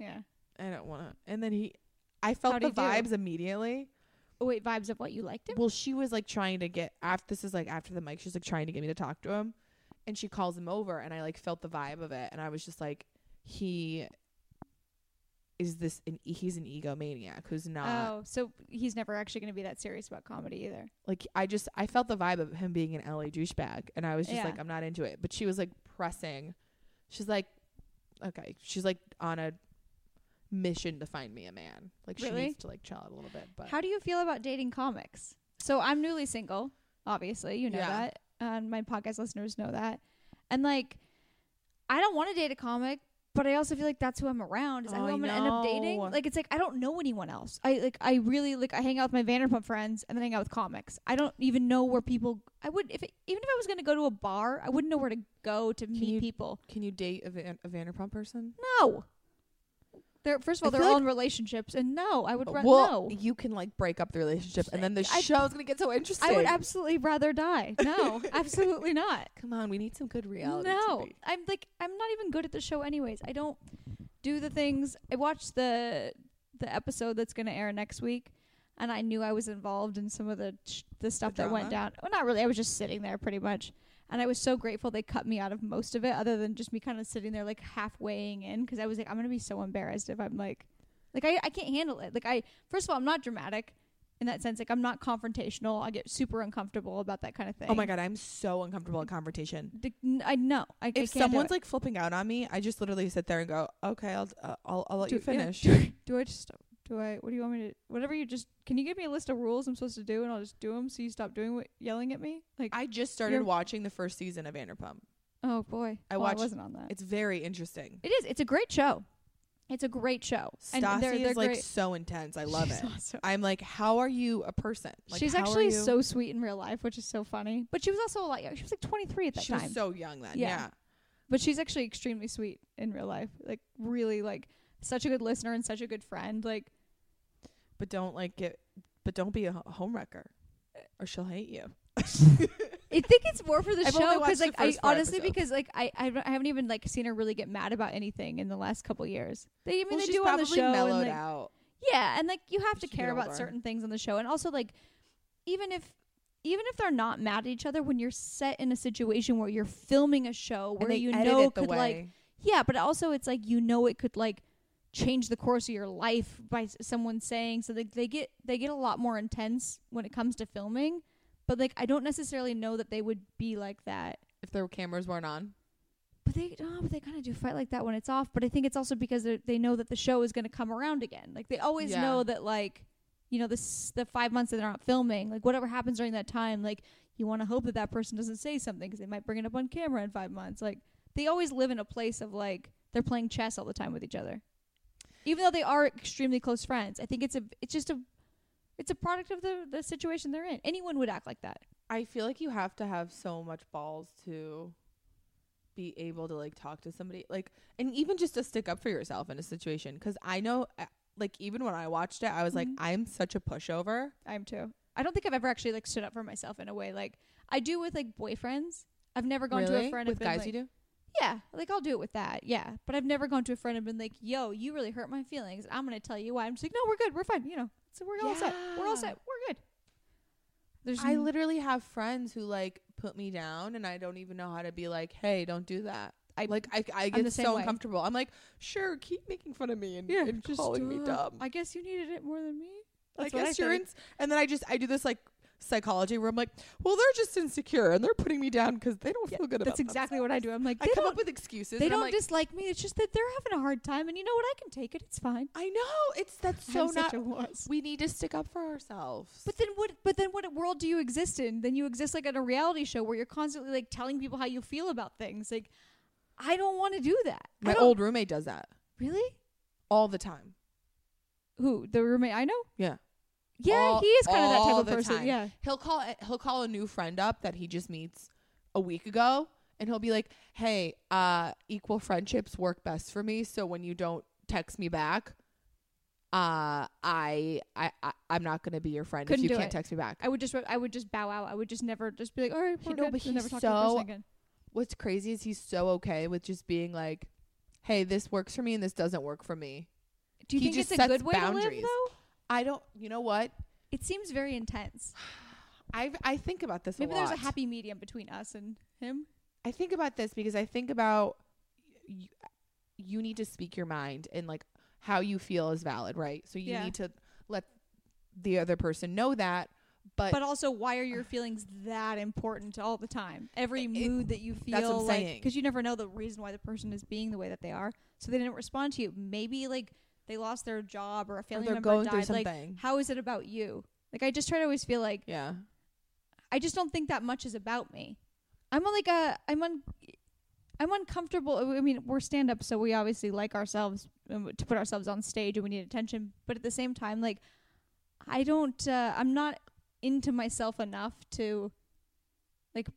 Speaker 1: Yeah.
Speaker 2: I don't want to. And then he, I felt
Speaker 1: How'd
Speaker 2: the
Speaker 1: he do?
Speaker 2: vibes immediately.
Speaker 1: Oh wait, vibes of what you liked him?
Speaker 2: Well, she was like trying to get after this is like after the mic, she's like trying to get me to talk to him. And she calls him over and I like felt the vibe of it and I was just like he is this an e, he's an egomaniac who's not
Speaker 1: oh, so he's never actually gonna be that serious about comedy either.
Speaker 2: like I just I felt the vibe of him being an LA douchebag and I was just
Speaker 1: Yeah.
Speaker 2: like I'm not into it. But she was like pressing. She's like okay, she's like on a mission to find me a man. Like
Speaker 1: Really?
Speaker 2: she needs to like chill out a little bit, but
Speaker 1: How do you feel about dating comics? So I'm newly single, obviously, you know
Speaker 2: Yeah.
Speaker 1: that. And my podcast listeners know that. And like I don't want to date a comic, but I also feel like that's who I'm around. Is that who
Speaker 2: I
Speaker 1: I'm gonna end up dating?
Speaker 2: know.
Speaker 1: Like it's like I don't know anyone else. I like I really like I hang out with my Vanderpump friends and then hang out with comics. I don't even know where people I would if it, even if I was gonna go to a bar, I wouldn't know where to go to meet
Speaker 2: you-
Speaker 1: people.
Speaker 2: can you date a, Van, a Vanderpump person?
Speaker 1: No. They're first of
Speaker 2: I
Speaker 1: all, they're
Speaker 2: feel
Speaker 1: all
Speaker 2: like- Uh,
Speaker 1: in relationships and no, I would rather no.
Speaker 2: well, you can like break up the relationship, and then the
Speaker 1: I-
Speaker 2: show's gonna get so interesting.
Speaker 1: I would absolutely rather die. No, absolutely not.
Speaker 2: Come on, we need some good reality.
Speaker 1: No,
Speaker 2: TV.
Speaker 1: I'm like I'm not even good at the show, anyways. I don't do the things. I watched the the episode that's gonna air next week, and I knew I was involved in some of the ch- the stuff that went down. Well, not really. I was just sitting there pretty much, and I was so grateful they cut me out of most of it, other than just me kind of sitting there like halfwaying in, because I was like, I'm gonna be so embarrassed if I'm like, like I I can't handle it. Like I first of all, I'm not dramatic. In that sense, like I'm not confrontational. I get super uncomfortable about that kind of thing.
Speaker 2: Oh my god, I'm so uncomfortable in conversation.
Speaker 1: Like, n- I know. I, I
Speaker 2: If
Speaker 1: can't do it.
Speaker 2: someone's like flipping out on me, I just literally sit there and go, "Okay, I'll uh, I'll, I'll let
Speaker 1: Do-
Speaker 2: you
Speaker 1: yeah.
Speaker 2: finish."
Speaker 1: Do I just do I? What do you want me to? Whatever you just can you give me a list of rules I'm supposed to do and I'll just do them so you stop doing what yelling at me. Like
Speaker 2: I just started
Speaker 1: You're-
Speaker 2: watching the first season of Vanderpump.
Speaker 1: Oh boy,
Speaker 2: I
Speaker 1: Well,
Speaker 2: watched-
Speaker 1: I wasn't on that.
Speaker 2: It's very interesting.
Speaker 1: It is. It's a great show. It's a great show.
Speaker 2: Stassi
Speaker 1: they're- they're
Speaker 2: is like
Speaker 1: great.
Speaker 2: so intense. I love
Speaker 1: She's
Speaker 2: it.
Speaker 1: awesome.
Speaker 2: I'm like, how are you a person? Like,
Speaker 1: She's
Speaker 2: how are
Speaker 1: actually
Speaker 2: you-
Speaker 1: so sweet in real life, which is so funny. But she was also like she was like 23 at that
Speaker 2: She
Speaker 1: time.
Speaker 2: was so young then.
Speaker 1: Yeah.
Speaker 2: Yeah.
Speaker 1: but she's actually extremely sweet in real life. Like really like such a good listener and such a good friend. Like
Speaker 2: But don't like get. But don't be a ho- homewrecker, or she'll hate you.
Speaker 1: I think it's more for the
Speaker 2: I've only
Speaker 1: show
Speaker 2: watched
Speaker 1: because
Speaker 2: the
Speaker 1: like I
Speaker 2: first four
Speaker 1: honestly
Speaker 2: episodes.
Speaker 1: because like I I don't- I haven't even like seen her really get mad about anything in the last couple years. They even
Speaker 2: well,
Speaker 1: they
Speaker 2: she's
Speaker 1: do on
Speaker 2: probably
Speaker 1: the show and,
Speaker 2: mellowed
Speaker 1: like-
Speaker 2: out.
Speaker 1: Yeah, and like you have to
Speaker 2: Just get
Speaker 1: care about
Speaker 2: over.
Speaker 1: certain things on the show, and also like even if even if they're not mad at each other, when you're set in a situation where you're filming a show where
Speaker 2: and they
Speaker 1: you
Speaker 2: edit
Speaker 1: know
Speaker 2: it the
Speaker 1: could
Speaker 2: way.
Speaker 1: like yeah, but also it's like you know it could like change the course of your life by s- someone saying so they they get they get a lot more intense when it comes to filming, but like I don't necessarily know that they would be like that.
Speaker 2: if their cameras weren't on.
Speaker 1: But they oh, but they kind of do fight like that when it's off. But I think it's also because they're- they know that the show is going to come around again. Like they always
Speaker 2: Yeah.
Speaker 1: know that like you know this the five months that they're not filming, like whatever happens during that time, like you want to hope that that person doesn't say something because they might bring it up on camera in five months. Like they always live in a place of like they're playing chess all the time with each other, even though they are extremely close friends. I think it's a it's just a it's a product of the the situation they're in. Anyone would act like that.
Speaker 2: I feel like you have to have so much balls to be able to like talk to somebody like and even just to stick up for yourself in a situation cuz I know uh, like even when I watched it I was like
Speaker 1: Mhm.
Speaker 2: I'm such a pushover.
Speaker 1: I'm too. I don't think I've ever actually like stood up for myself in a way like I do with like boyfriends. I've never gone to a friend and
Speaker 2: with
Speaker 1: been
Speaker 2: guys
Speaker 1: like,
Speaker 2: you do?
Speaker 1: yeah, like I'll do it with that, yeah. But I've never gone to a friend and been like, "Yo, you really hurt my feelings. I'm gonna tell you why." I'm just like, "No, we're good. We're fine. You know, so we're all set. We're all
Speaker 2: Yeah.
Speaker 1: set. We're good." There's
Speaker 2: I
Speaker 1: n-
Speaker 2: literally have friends who like put me down and I don't even know how to be like, "Hey, don't do that." I like I I
Speaker 1: the
Speaker 2: get
Speaker 1: same
Speaker 2: so
Speaker 1: way.
Speaker 2: uncomfortable. I'm like, "Sure, keep making fun of me and, and
Speaker 1: just,
Speaker 2: calling me
Speaker 1: uh,
Speaker 2: dumb."
Speaker 1: I guess you needed it more than me. That's
Speaker 2: I
Speaker 1: what
Speaker 2: guess you're
Speaker 1: think.
Speaker 2: in, and then I just I do this like psychology where I'm like, well, they're just insecure and they're putting me down because they don't
Speaker 1: Yeah,
Speaker 2: feel good about
Speaker 1: That's exactly what I do. I'm like,
Speaker 2: I
Speaker 1: they
Speaker 2: come
Speaker 1: don't,
Speaker 2: up with excuses.
Speaker 1: they
Speaker 2: and I'm
Speaker 1: don't
Speaker 2: like,
Speaker 1: dislike me. It's just that they're having a hard time, and you know what? I can take it. It's fine.
Speaker 2: I know it's that's so
Speaker 1: I'm
Speaker 2: not.
Speaker 1: such a wuss.
Speaker 2: we need to stick up for ourselves.
Speaker 1: But then what? But then what world do you exist in? Then you exist like at a reality show where you're constantly like telling people how you feel about things. Like, I don't want to do that. I
Speaker 2: my
Speaker 1: don't-
Speaker 2: old roommate does that
Speaker 1: really
Speaker 2: all the time.
Speaker 1: who the roommate I know.
Speaker 2: Yeah.
Speaker 1: Yeah,
Speaker 2: All-
Speaker 1: he is kind of that type
Speaker 2: all
Speaker 1: of
Speaker 2: the
Speaker 1: person.
Speaker 2: time.
Speaker 1: Yeah.
Speaker 2: He'll call he'll call a new friend up that he just meets a week ago, and he'll be like, "Hey, uh, equal friendships work best for me. So when you don't text me back, uh, I I, I I'm not gonna be your friend
Speaker 1: Couldn't
Speaker 2: if
Speaker 1: do
Speaker 2: you can't
Speaker 1: it.
Speaker 2: text me back."
Speaker 1: I would just I would just bow out. I would just never just be like, all right,
Speaker 2: He-
Speaker 1: we're
Speaker 2: no,
Speaker 1: good,"
Speaker 2: but
Speaker 1: and never talk
Speaker 2: he's
Speaker 1: to the person
Speaker 2: so-
Speaker 1: again.
Speaker 2: what's crazy is he's so okay with just being like, "Hey, this works for me and this doesn't work for me."
Speaker 1: Do you
Speaker 2: he
Speaker 1: think
Speaker 2: just
Speaker 1: it's a
Speaker 2: sets
Speaker 1: good way to live
Speaker 2: boundaries.
Speaker 1: though?
Speaker 2: I don't. You know what?
Speaker 1: It seems very intense.
Speaker 2: I I think about this
Speaker 1: Maybe
Speaker 2: a lot.
Speaker 1: there's a happy medium between us and him.
Speaker 2: I think about this because I think about you, you need to speak your mind and like how you feel is valid, right? So you
Speaker 1: Yeah.
Speaker 2: need to let the other person know that. But,
Speaker 1: but also why are your feelings that important all the time every
Speaker 2: It- it-
Speaker 1: mood that you feel
Speaker 2: that's what I'm saying.
Speaker 1: because you never know the reason why the person is being the way that they are so they didn't respond to you maybe like they lost their job or a
Speaker 2: or
Speaker 1: family
Speaker 2: they're
Speaker 1: member
Speaker 2: going through
Speaker 1: died
Speaker 2: something.
Speaker 1: like how is it about you like i just try to always feel like
Speaker 2: yeah.
Speaker 1: i just don't think that much is about me i'm on like a i'm on i'm uncomfortable i mean we're stand up so we obviously like ourselves um, to put ourselves on stage and we need attention but at the same time like i don't uh, i'm not into myself enough to like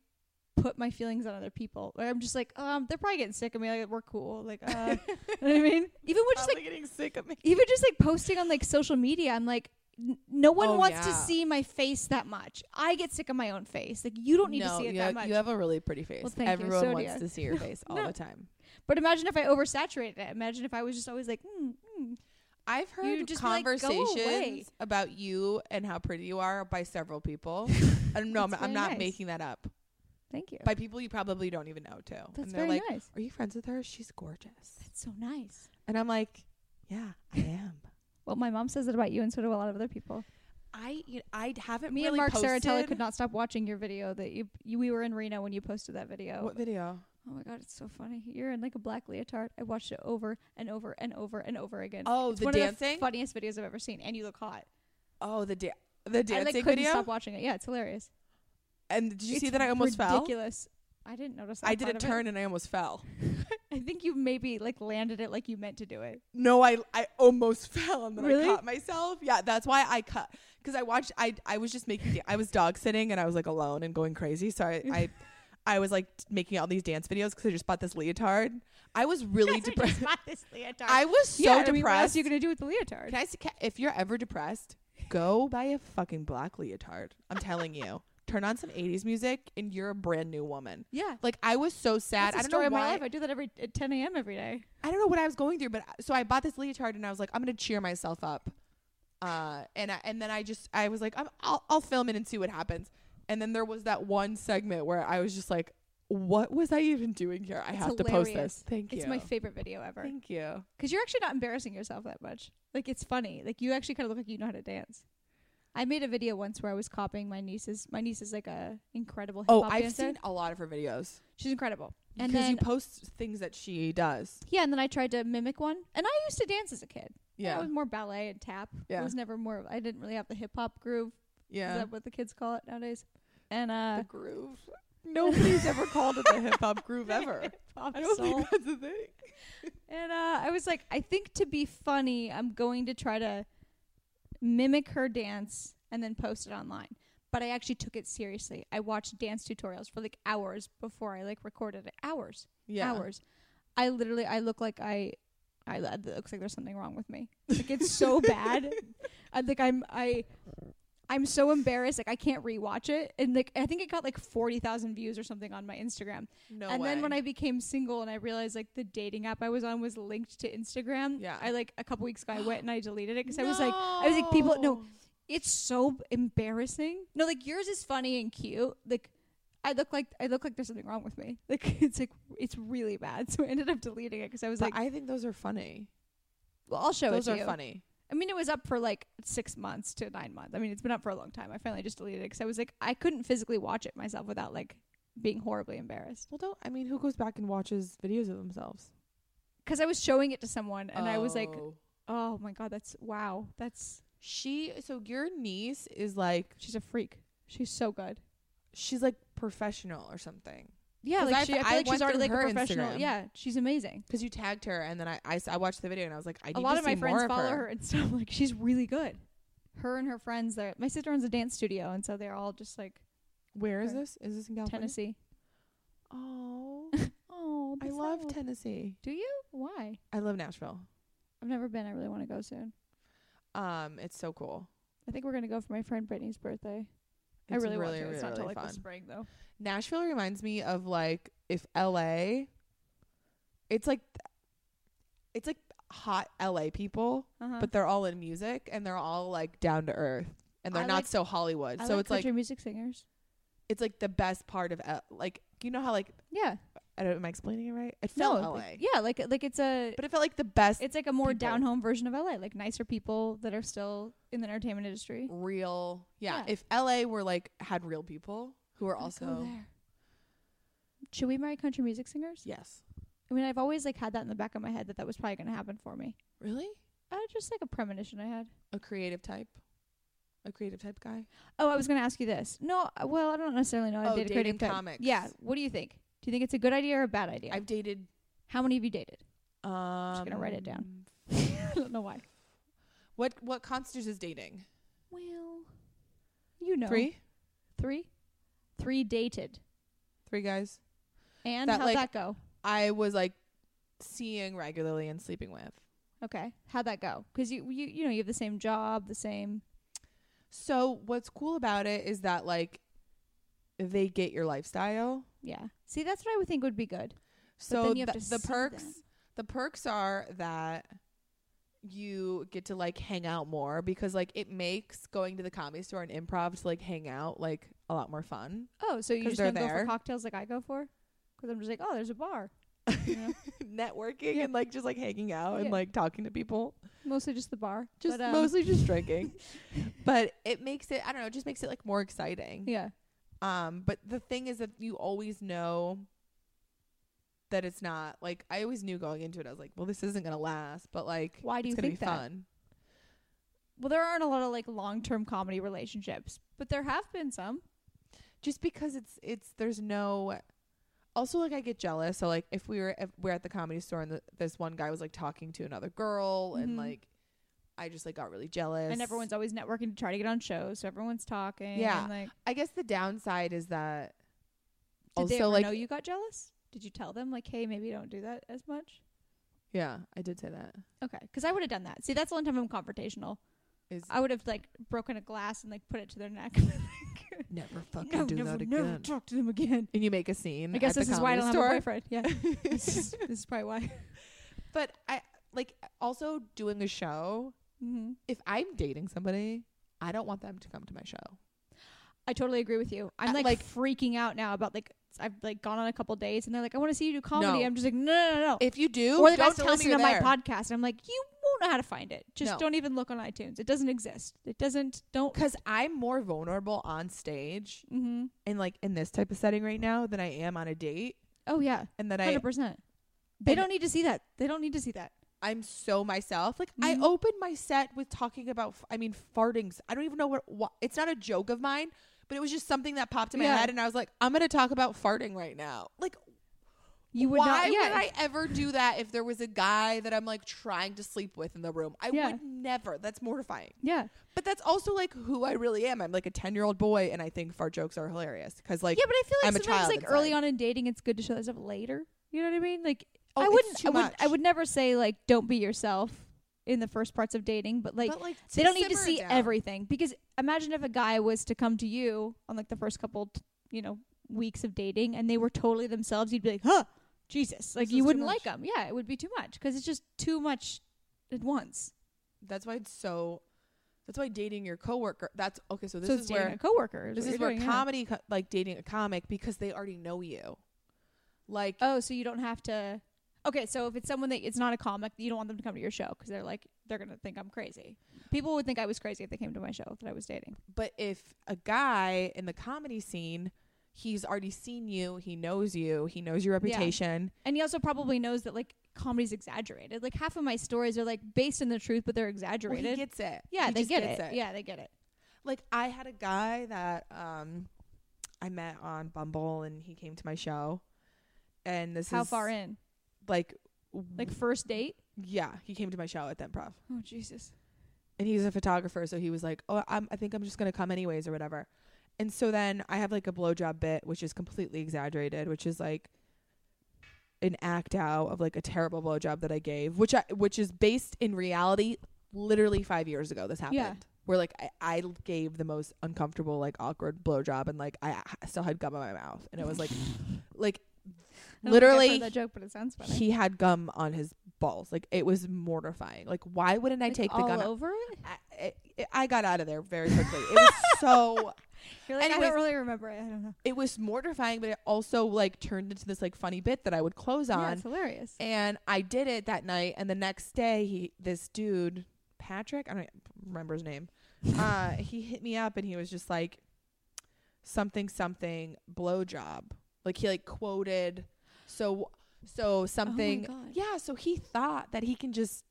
Speaker 1: put my feelings on other people Like, i'm just like um they're probably getting sick of me like we're cool like uh you know what i mean even with just like
Speaker 2: getting sick of me.
Speaker 1: even just like posting on like social media i'm like n- no one
Speaker 2: Oh,
Speaker 1: wants to
Speaker 2: yeah.
Speaker 1: see my face that much i get sick of my own face like you don't need
Speaker 2: no,
Speaker 1: to see it
Speaker 2: you
Speaker 1: that
Speaker 2: have,
Speaker 1: much
Speaker 2: You have a really pretty face.
Speaker 1: Well, thank you.
Speaker 2: Everyone
Speaker 1: So do
Speaker 2: wants
Speaker 1: I.
Speaker 2: to see your face all
Speaker 1: No.
Speaker 2: the time.
Speaker 1: but imagine if i oversaturated it imagine if i was just always like mm, mm.
Speaker 2: I've heard
Speaker 1: just be like, "Go
Speaker 2: conversations
Speaker 1: away."
Speaker 2: about you and how pretty you are by several people. I don't know. I'm,
Speaker 1: That's
Speaker 2: I'm
Speaker 1: very
Speaker 2: not
Speaker 1: nice.
Speaker 2: making that up.
Speaker 1: thank you
Speaker 2: By people you probably don't even know too.
Speaker 1: that's
Speaker 2: and they're
Speaker 1: very
Speaker 2: like,
Speaker 1: nice
Speaker 2: "Are you friends with her? She's gorgeous."
Speaker 1: that's so nice
Speaker 2: And I'm like, "Yeah, I am."
Speaker 1: well my mom says it about you and so do a lot of other people
Speaker 2: I you know, I haven't
Speaker 1: me
Speaker 2: really
Speaker 1: and mark
Speaker 2: posted
Speaker 1: saratella could not stop watching your video that you, you we were in reno when you posted that video
Speaker 2: What video?
Speaker 1: oh my god it's so funny you're in like a black leotard i watched it over and over and over and over again
Speaker 2: Oh,
Speaker 1: it's
Speaker 2: the
Speaker 1: one of
Speaker 2: dancing.
Speaker 1: the funniest videos i've ever seen and you look hot
Speaker 2: oh, the da- the
Speaker 1: I like
Speaker 2: dancing
Speaker 1: couldn't
Speaker 2: video.
Speaker 1: stop watching it. Yeah, it's hilarious.
Speaker 2: and did you
Speaker 1: It's
Speaker 2: see that I almost
Speaker 1: ridiculous. I didn't notice. That
Speaker 2: I did a
Speaker 1: part of it.
Speaker 2: turn and I almost fell.
Speaker 1: I think you maybe like landed it like you meant to do it.
Speaker 2: No, I I almost fell and then
Speaker 1: Really?
Speaker 2: I caught myself. Yeah, that's why I cut because I watched. I I was just making. I was dog sitting and I was like alone and going crazy. So I I, I was like making all these dance videos because I just bought this leotard. I was really depressed. I was so
Speaker 1: yeah, I mean, what else
Speaker 2: depressed.
Speaker 1: are you gonna do with the leotard?
Speaker 2: Can I? s- ca- If you're ever depressed, go buy a fucking black leotard. I'm telling you. Turn on some 80s music and you're a brand new woman.
Speaker 1: yeah.
Speaker 2: Like I was so sad.
Speaker 1: That's
Speaker 2: I
Speaker 1: the
Speaker 2: don't
Speaker 1: story
Speaker 2: know
Speaker 1: of my
Speaker 2: why.
Speaker 1: life. I do that every at 10 a.m. every day.
Speaker 2: I don't know what I was going through, but uh, so I bought this leotard and I was like, I'm gonna cheer myself up, uh, and I, and then I just I was like, I'm, I'll I'll film it and see what happens. And then there was that one segment where I was just like, What was I even doing here? I
Speaker 1: It's
Speaker 2: have to post
Speaker 1: hilarious.
Speaker 2: this. Thank you.
Speaker 1: It's my favorite video ever.
Speaker 2: Thank you.
Speaker 1: Because you're actually not embarrassing yourself that much. Like it's funny. Like you actually kind of look like you know how to dance. I made a video once where I was copying my niece's. My niece is like a incredible hip
Speaker 2: Oh,
Speaker 1: hop
Speaker 2: I've
Speaker 1: dancer.
Speaker 2: seen a lot of her videos
Speaker 1: She's incredible. And
Speaker 2: because you
Speaker 1: then
Speaker 2: post things that she does.
Speaker 1: yeah, and then I tried to mimic one. And I used to dance as a kid. I
Speaker 2: Yeah,
Speaker 1: was more ballet and tap. I
Speaker 2: Yeah.
Speaker 1: was never more. I didn't really have the hip hop groove. Is
Speaker 2: yeah.
Speaker 1: that what the kids call it nowadays? And uh,
Speaker 2: The groove. Nobody's ever called it the hip hop groove ever.
Speaker 1: pop
Speaker 2: I don't
Speaker 1: soul.
Speaker 2: think that's a thing.
Speaker 1: And uh, I was like, I think to be funny, I'm going to try to mimic her dance and then post it online. But I actually took it seriously. I watched dance tutorials for like hours before I like recorded it. Hours,
Speaker 2: Yeah.
Speaker 1: hours. I literally, I look like I, I uh, it looks like there's something wrong with me. Like it's so bad. I like I'm I. I'm so embarrassed, like I can't rewatch it, and like I think it got like forty thousand views or something on my Instagram
Speaker 2: No
Speaker 1: and
Speaker 2: way.
Speaker 1: then when I became single and I realized like the dating app I was on was linked to Instagram,
Speaker 2: Yeah.
Speaker 1: I like a couple weeks ago I went and I deleted it because I was like, I was like, people, no, it's so embarrassing. No, like yours is funny and cute. Like I look like I look like there's something wrong with me. Like it's like it's really bad. So I ended up deleting it because I was
Speaker 2: But
Speaker 1: like,
Speaker 2: I think those are funny.
Speaker 1: well, I'll show
Speaker 2: Those
Speaker 1: it
Speaker 2: are
Speaker 1: to you.
Speaker 2: funny.
Speaker 1: I mean, it was up for like six months to nine months. I mean, it's been up for a long time. I finally just deleted it because I was like, I couldn't physically watch it myself without like being horribly embarrassed.
Speaker 2: Well, don't. I mean, who goes back and watches videos of themselves?
Speaker 1: because I was showing it to someone and I was like,
Speaker 2: Oh.
Speaker 1: oh my god, that's wow, that's
Speaker 2: she. So your niece is like,
Speaker 1: she's a freak. She's so good.
Speaker 2: she's like professional or something.
Speaker 1: Yeah,
Speaker 2: 'Cause
Speaker 1: like
Speaker 2: I've-
Speaker 1: she, I feel
Speaker 2: I
Speaker 1: like she's
Speaker 2: went
Speaker 1: already
Speaker 2: through
Speaker 1: like a
Speaker 2: her
Speaker 1: professional.
Speaker 2: Instagram.
Speaker 1: Yeah, she's amazing.
Speaker 2: 'Cause you tagged her, and then I, I, s- I watched the video, and I was like, I need
Speaker 1: A lot
Speaker 2: to
Speaker 1: of my
Speaker 2: see
Speaker 1: friends
Speaker 2: more of
Speaker 1: follow her.
Speaker 2: her.
Speaker 1: and stuff. Like she's really good. Her and her friends. There, my sister owns a dance studio, and so they're all just like
Speaker 2: Where is
Speaker 1: Her.
Speaker 2: this? Is this in California?
Speaker 1: Tennessee.
Speaker 2: Oh,
Speaker 1: Oh,
Speaker 2: I love Tennessee.
Speaker 1: Do you? Why?
Speaker 2: I love Nashville.
Speaker 1: I've never been. I really want to go soon.
Speaker 2: Um, it's so cool.
Speaker 1: I think we're gonna go for my friend Brittany's birthday.
Speaker 2: It's
Speaker 1: I really,
Speaker 2: really,
Speaker 1: want to.
Speaker 2: really,
Speaker 1: it's not till like
Speaker 2: fun.
Speaker 1: the spring though.
Speaker 2: Nashville reminds me of like if LA it's like it's like hot LA people,
Speaker 1: Uh-huh.
Speaker 2: but they're all in music and they're all like down to earth and they're
Speaker 1: I
Speaker 2: not
Speaker 1: like-
Speaker 2: so Hollywood.
Speaker 1: I
Speaker 2: so
Speaker 1: like
Speaker 2: it's like
Speaker 1: country music singers.
Speaker 2: it's like the best part of L- like you know how like
Speaker 1: Yeah.
Speaker 2: I don't am I explaining it right? It felt LA.
Speaker 1: like- yeah, like like it's a
Speaker 2: But it felt like the best
Speaker 1: It's like a more
Speaker 2: people.
Speaker 1: down home version of LA, like nicer people that are still in the entertainment industry.
Speaker 2: real yeah,
Speaker 1: Yeah.
Speaker 2: If LA were like had real people who are
Speaker 1: Let's go
Speaker 2: also
Speaker 1: there. Should we marry country music singers?
Speaker 2: Yes.
Speaker 1: I mean, I've always like had that in the back of my head that that was probably going to happen for me.
Speaker 2: Really?
Speaker 1: Uh, just like a premonition I had.
Speaker 2: A creative type? A creative type guy?
Speaker 1: Oh, I was going to ask you this. No, uh, well, I don't necessarily know. how to
Speaker 2: Oh,
Speaker 1: date a
Speaker 2: dating
Speaker 1: creative type.
Speaker 2: comics.
Speaker 1: Yeah. What do you think? Do you think it's a good idea or a bad idea?
Speaker 2: I've dated
Speaker 1: How many have you dated?
Speaker 2: Um,
Speaker 1: gonna write it down. I don't know why.
Speaker 2: What what constitutes as dating?
Speaker 1: Well, you know,
Speaker 2: Three,
Speaker 1: three, three dated,
Speaker 2: three guys.
Speaker 1: and
Speaker 2: That,
Speaker 1: how'd
Speaker 2: like-
Speaker 1: that go?
Speaker 2: I was like seeing regularly and sleeping with.
Speaker 1: Okay, how'd that go? Because you you you know you have the same job, the same.
Speaker 2: So what's cool about it is that like they get your lifestyle.
Speaker 1: Yeah. See, that's what I would think would be good.
Speaker 2: So
Speaker 1: then you have
Speaker 2: th-
Speaker 1: to
Speaker 2: the
Speaker 1: see
Speaker 2: perks
Speaker 1: them.
Speaker 2: the perks are that you get to like hang out more because like it makes going to the comedy store and improv to like hang out like a lot more fun.
Speaker 1: Oh, so you
Speaker 2: 'Cause
Speaker 1: just
Speaker 2: they're
Speaker 1: don't go for
Speaker 2: there.
Speaker 1: cocktails like I go for? Because I'm just like, oh, there's a bar. You know?
Speaker 2: Networking and like just like hanging out
Speaker 1: Yeah.
Speaker 2: and like talking to people.
Speaker 1: Mostly just the bar.
Speaker 2: just
Speaker 1: But, um,
Speaker 2: mostly just drinking but it makes it i don't know it just makes it like more exciting
Speaker 1: Yeah.
Speaker 2: um but the thing is that you always know that it's not like i always knew going into it i was like well this isn't gonna last but like
Speaker 1: Why do
Speaker 2: it's
Speaker 1: you
Speaker 2: gonna
Speaker 1: think
Speaker 2: be
Speaker 1: that?
Speaker 2: fun
Speaker 1: Well, there aren't a lot of like long term comedy relationships, but there have been some.
Speaker 2: just because it's it's there's no also like I get jealous. So like if we were if we're at the comedy store and the, this one guy was like talking to another girl
Speaker 1: Mhm.
Speaker 2: and like I just like got really jealous.
Speaker 1: And everyone's always networking to try to get on shows, so everyone's talking.
Speaker 2: Yeah.
Speaker 1: And like,
Speaker 2: I guess the downside is that
Speaker 1: did
Speaker 2: also
Speaker 1: they ever
Speaker 2: like
Speaker 1: know you got jealous? Did you tell them like, hey, maybe don't do that as much?
Speaker 2: yeah, I did say that.
Speaker 1: Okay, because I would have done that. See, that's the one time I'm confrontational.
Speaker 2: Is
Speaker 1: I would have like broken a glass and like put it to their neck.
Speaker 2: never fucking
Speaker 1: no,
Speaker 2: do
Speaker 1: never,
Speaker 2: that again.
Speaker 1: never talk to them again.
Speaker 2: and you make a scene.
Speaker 1: I guess
Speaker 2: at
Speaker 1: this
Speaker 2: the
Speaker 1: is why I don't
Speaker 2: comedy
Speaker 1: have a
Speaker 2: store.
Speaker 1: boyfriend. Yeah, this, is, this is probably why.
Speaker 2: But I like also doing a show.
Speaker 1: hmm
Speaker 2: If I'm dating somebody, I don't want them to come to my show.
Speaker 1: I totally agree with you. I'm
Speaker 2: Uh,
Speaker 1: like,
Speaker 2: like-
Speaker 1: freaking out now about like I've like gone on a couple dates and they're like, I want to see you do comedy.
Speaker 2: No.
Speaker 1: I'm just like, no, no, no, no.
Speaker 2: If you do,
Speaker 1: or they're
Speaker 2: don't
Speaker 1: about to
Speaker 2: tell me
Speaker 1: listen
Speaker 2: you're
Speaker 1: to my
Speaker 2: there.
Speaker 1: podcast. And I'm like, you won't know how to find it. Just
Speaker 2: No.
Speaker 1: don't even look on iTunes. It doesn't exist. It doesn't. Don't.
Speaker 2: Cause I'm more vulnerable on stage
Speaker 1: hmm
Speaker 2: and like in this type of setting right now than I am on a date,
Speaker 1: Oh yeah,
Speaker 2: and that I
Speaker 1: hundred percent. They
Speaker 2: and-
Speaker 1: don't need to see that. They don't need to see that.
Speaker 2: I'm so myself. Like
Speaker 1: Mhm.
Speaker 2: I opened my set with talking about, f- I mean, fartings. I don't even know what, wha- It's not a joke of mine, but it was just something that popped in my
Speaker 1: Yeah.
Speaker 2: head, and I was like, I'm gonna talk about farting right now. Like,
Speaker 1: You would
Speaker 2: why
Speaker 1: not. Yeah.
Speaker 2: would I ever do that if there was a guy that I'm like trying to sleep with in the room? I
Speaker 1: Yeah.
Speaker 2: would never. That's mortifying.
Speaker 1: yeah.
Speaker 2: But that's also like who I really am. I'm like a ten year old boy, and I think fart jokes are hilarious because like
Speaker 1: yeah, but I feel like
Speaker 2: I'm a
Speaker 1: sometimes
Speaker 2: child
Speaker 1: like early
Speaker 2: inside.
Speaker 1: on in dating, it's good to show that stuff later. You know what I mean? Like
Speaker 2: Oh,
Speaker 1: I
Speaker 2: it's
Speaker 1: wouldn't.
Speaker 2: too
Speaker 1: I would.
Speaker 2: much.
Speaker 1: I would never say like don't be yourself in the first parts of dating, but like.
Speaker 2: But, like
Speaker 1: they don't need to
Speaker 2: simmer it
Speaker 1: see
Speaker 2: down.
Speaker 1: everything because imagine if a guy was to come to you on like the first couple, t- you know, weeks of dating and they were totally themselves, you'd be like, "Huh, Jesus!" Like
Speaker 2: This
Speaker 1: you
Speaker 2: is too
Speaker 1: wouldn't like
Speaker 2: much.
Speaker 1: them. Yeah, it would be too much because it's just too much at once.
Speaker 2: That's why it's so. That's why dating your coworker. That's okay. So this
Speaker 1: so
Speaker 2: is
Speaker 1: it's
Speaker 2: where
Speaker 1: dating a coworker.
Speaker 2: This
Speaker 1: what
Speaker 2: is
Speaker 1: you're
Speaker 2: where
Speaker 1: doing, yeah.
Speaker 2: comedy, co- like dating a comic, because they already know you. Like,
Speaker 1: Oh, so you don't have to. Okay, so if it's someone that it's not a comic, you don't want them to come to your show because they're like they're gonna think I'm crazy. People would think I was crazy if they came to my show that I was dating.
Speaker 2: but if a guy in the comedy scene, he's already seen you, he knows you, he knows your reputation.
Speaker 1: And he also probably knows that like comedy's exaggerated. Like half of my stories are like based in the truth, but they're
Speaker 2: Well,
Speaker 1: exaggerated.
Speaker 2: he gets it.
Speaker 1: yeah,
Speaker 2: He
Speaker 1: they
Speaker 2: just
Speaker 1: get it.
Speaker 2: gets
Speaker 1: Yeah, they get it.
Speaker 2: Like, I had a guy that um, I met on Bumble, and he came to my show. And this
Speaker 1: How
Speaker 2: is
Speaker 1: far in?
Speaker 2: Like,
Speaker 1: Like first date?
Speaker 2: yeah, he came to my show at the improv.
Speaker 1: Oh Jesus.
Speaker 2: and he's a photographer, so he was like, "Oh, I'm, I think I'm just gonna come anyways or whatever." And so then I have like a blowjob bit, which is completely exaggerated, which is like an act out of like a terrible blowjob that I gave, which I which is based in reality. Literally five years ago, this happened.
Speaker 1: Yeah.
Speaker 2: Where like I, I gave the most uncomfortable, like awkward blowjob, and like I I still had gum in my mouth, and it was like, like
Speaker 1: I don't think I've heard
Speaker 2: literally
Speaker 1: that joke, but it sounds funny.
Speaker 2: he had gum on his balls. Like it was mortifying. Like why wouldn't I
Speaker 1: Like,
Speaker 2: take the
Speaker 1: all
Speaker 2: gun?
Speaker 1: over it.
Speaker 2: I, it- I got out of there very quickly. It was so
Speaker 1: You're like I
Speaker 2: Anyways.
Speaker 1: don't really remember it. I don't know.
Speaker 2: it was mortifying, but it also like turned into this like funny bit that I would close
Speaker 1: Yeah,
Speaker 2: on.
Speaker 1: it's hilarious.
Speaker 2: and I did it that night, and the next day he this dude Patrick I don't remember his name. uh, he hit me up and he was just like something something blowjob. Like he like quoted so so something.
Speaker 1: Oh my God.
Speaker 2: yeah, so he thought that he can just.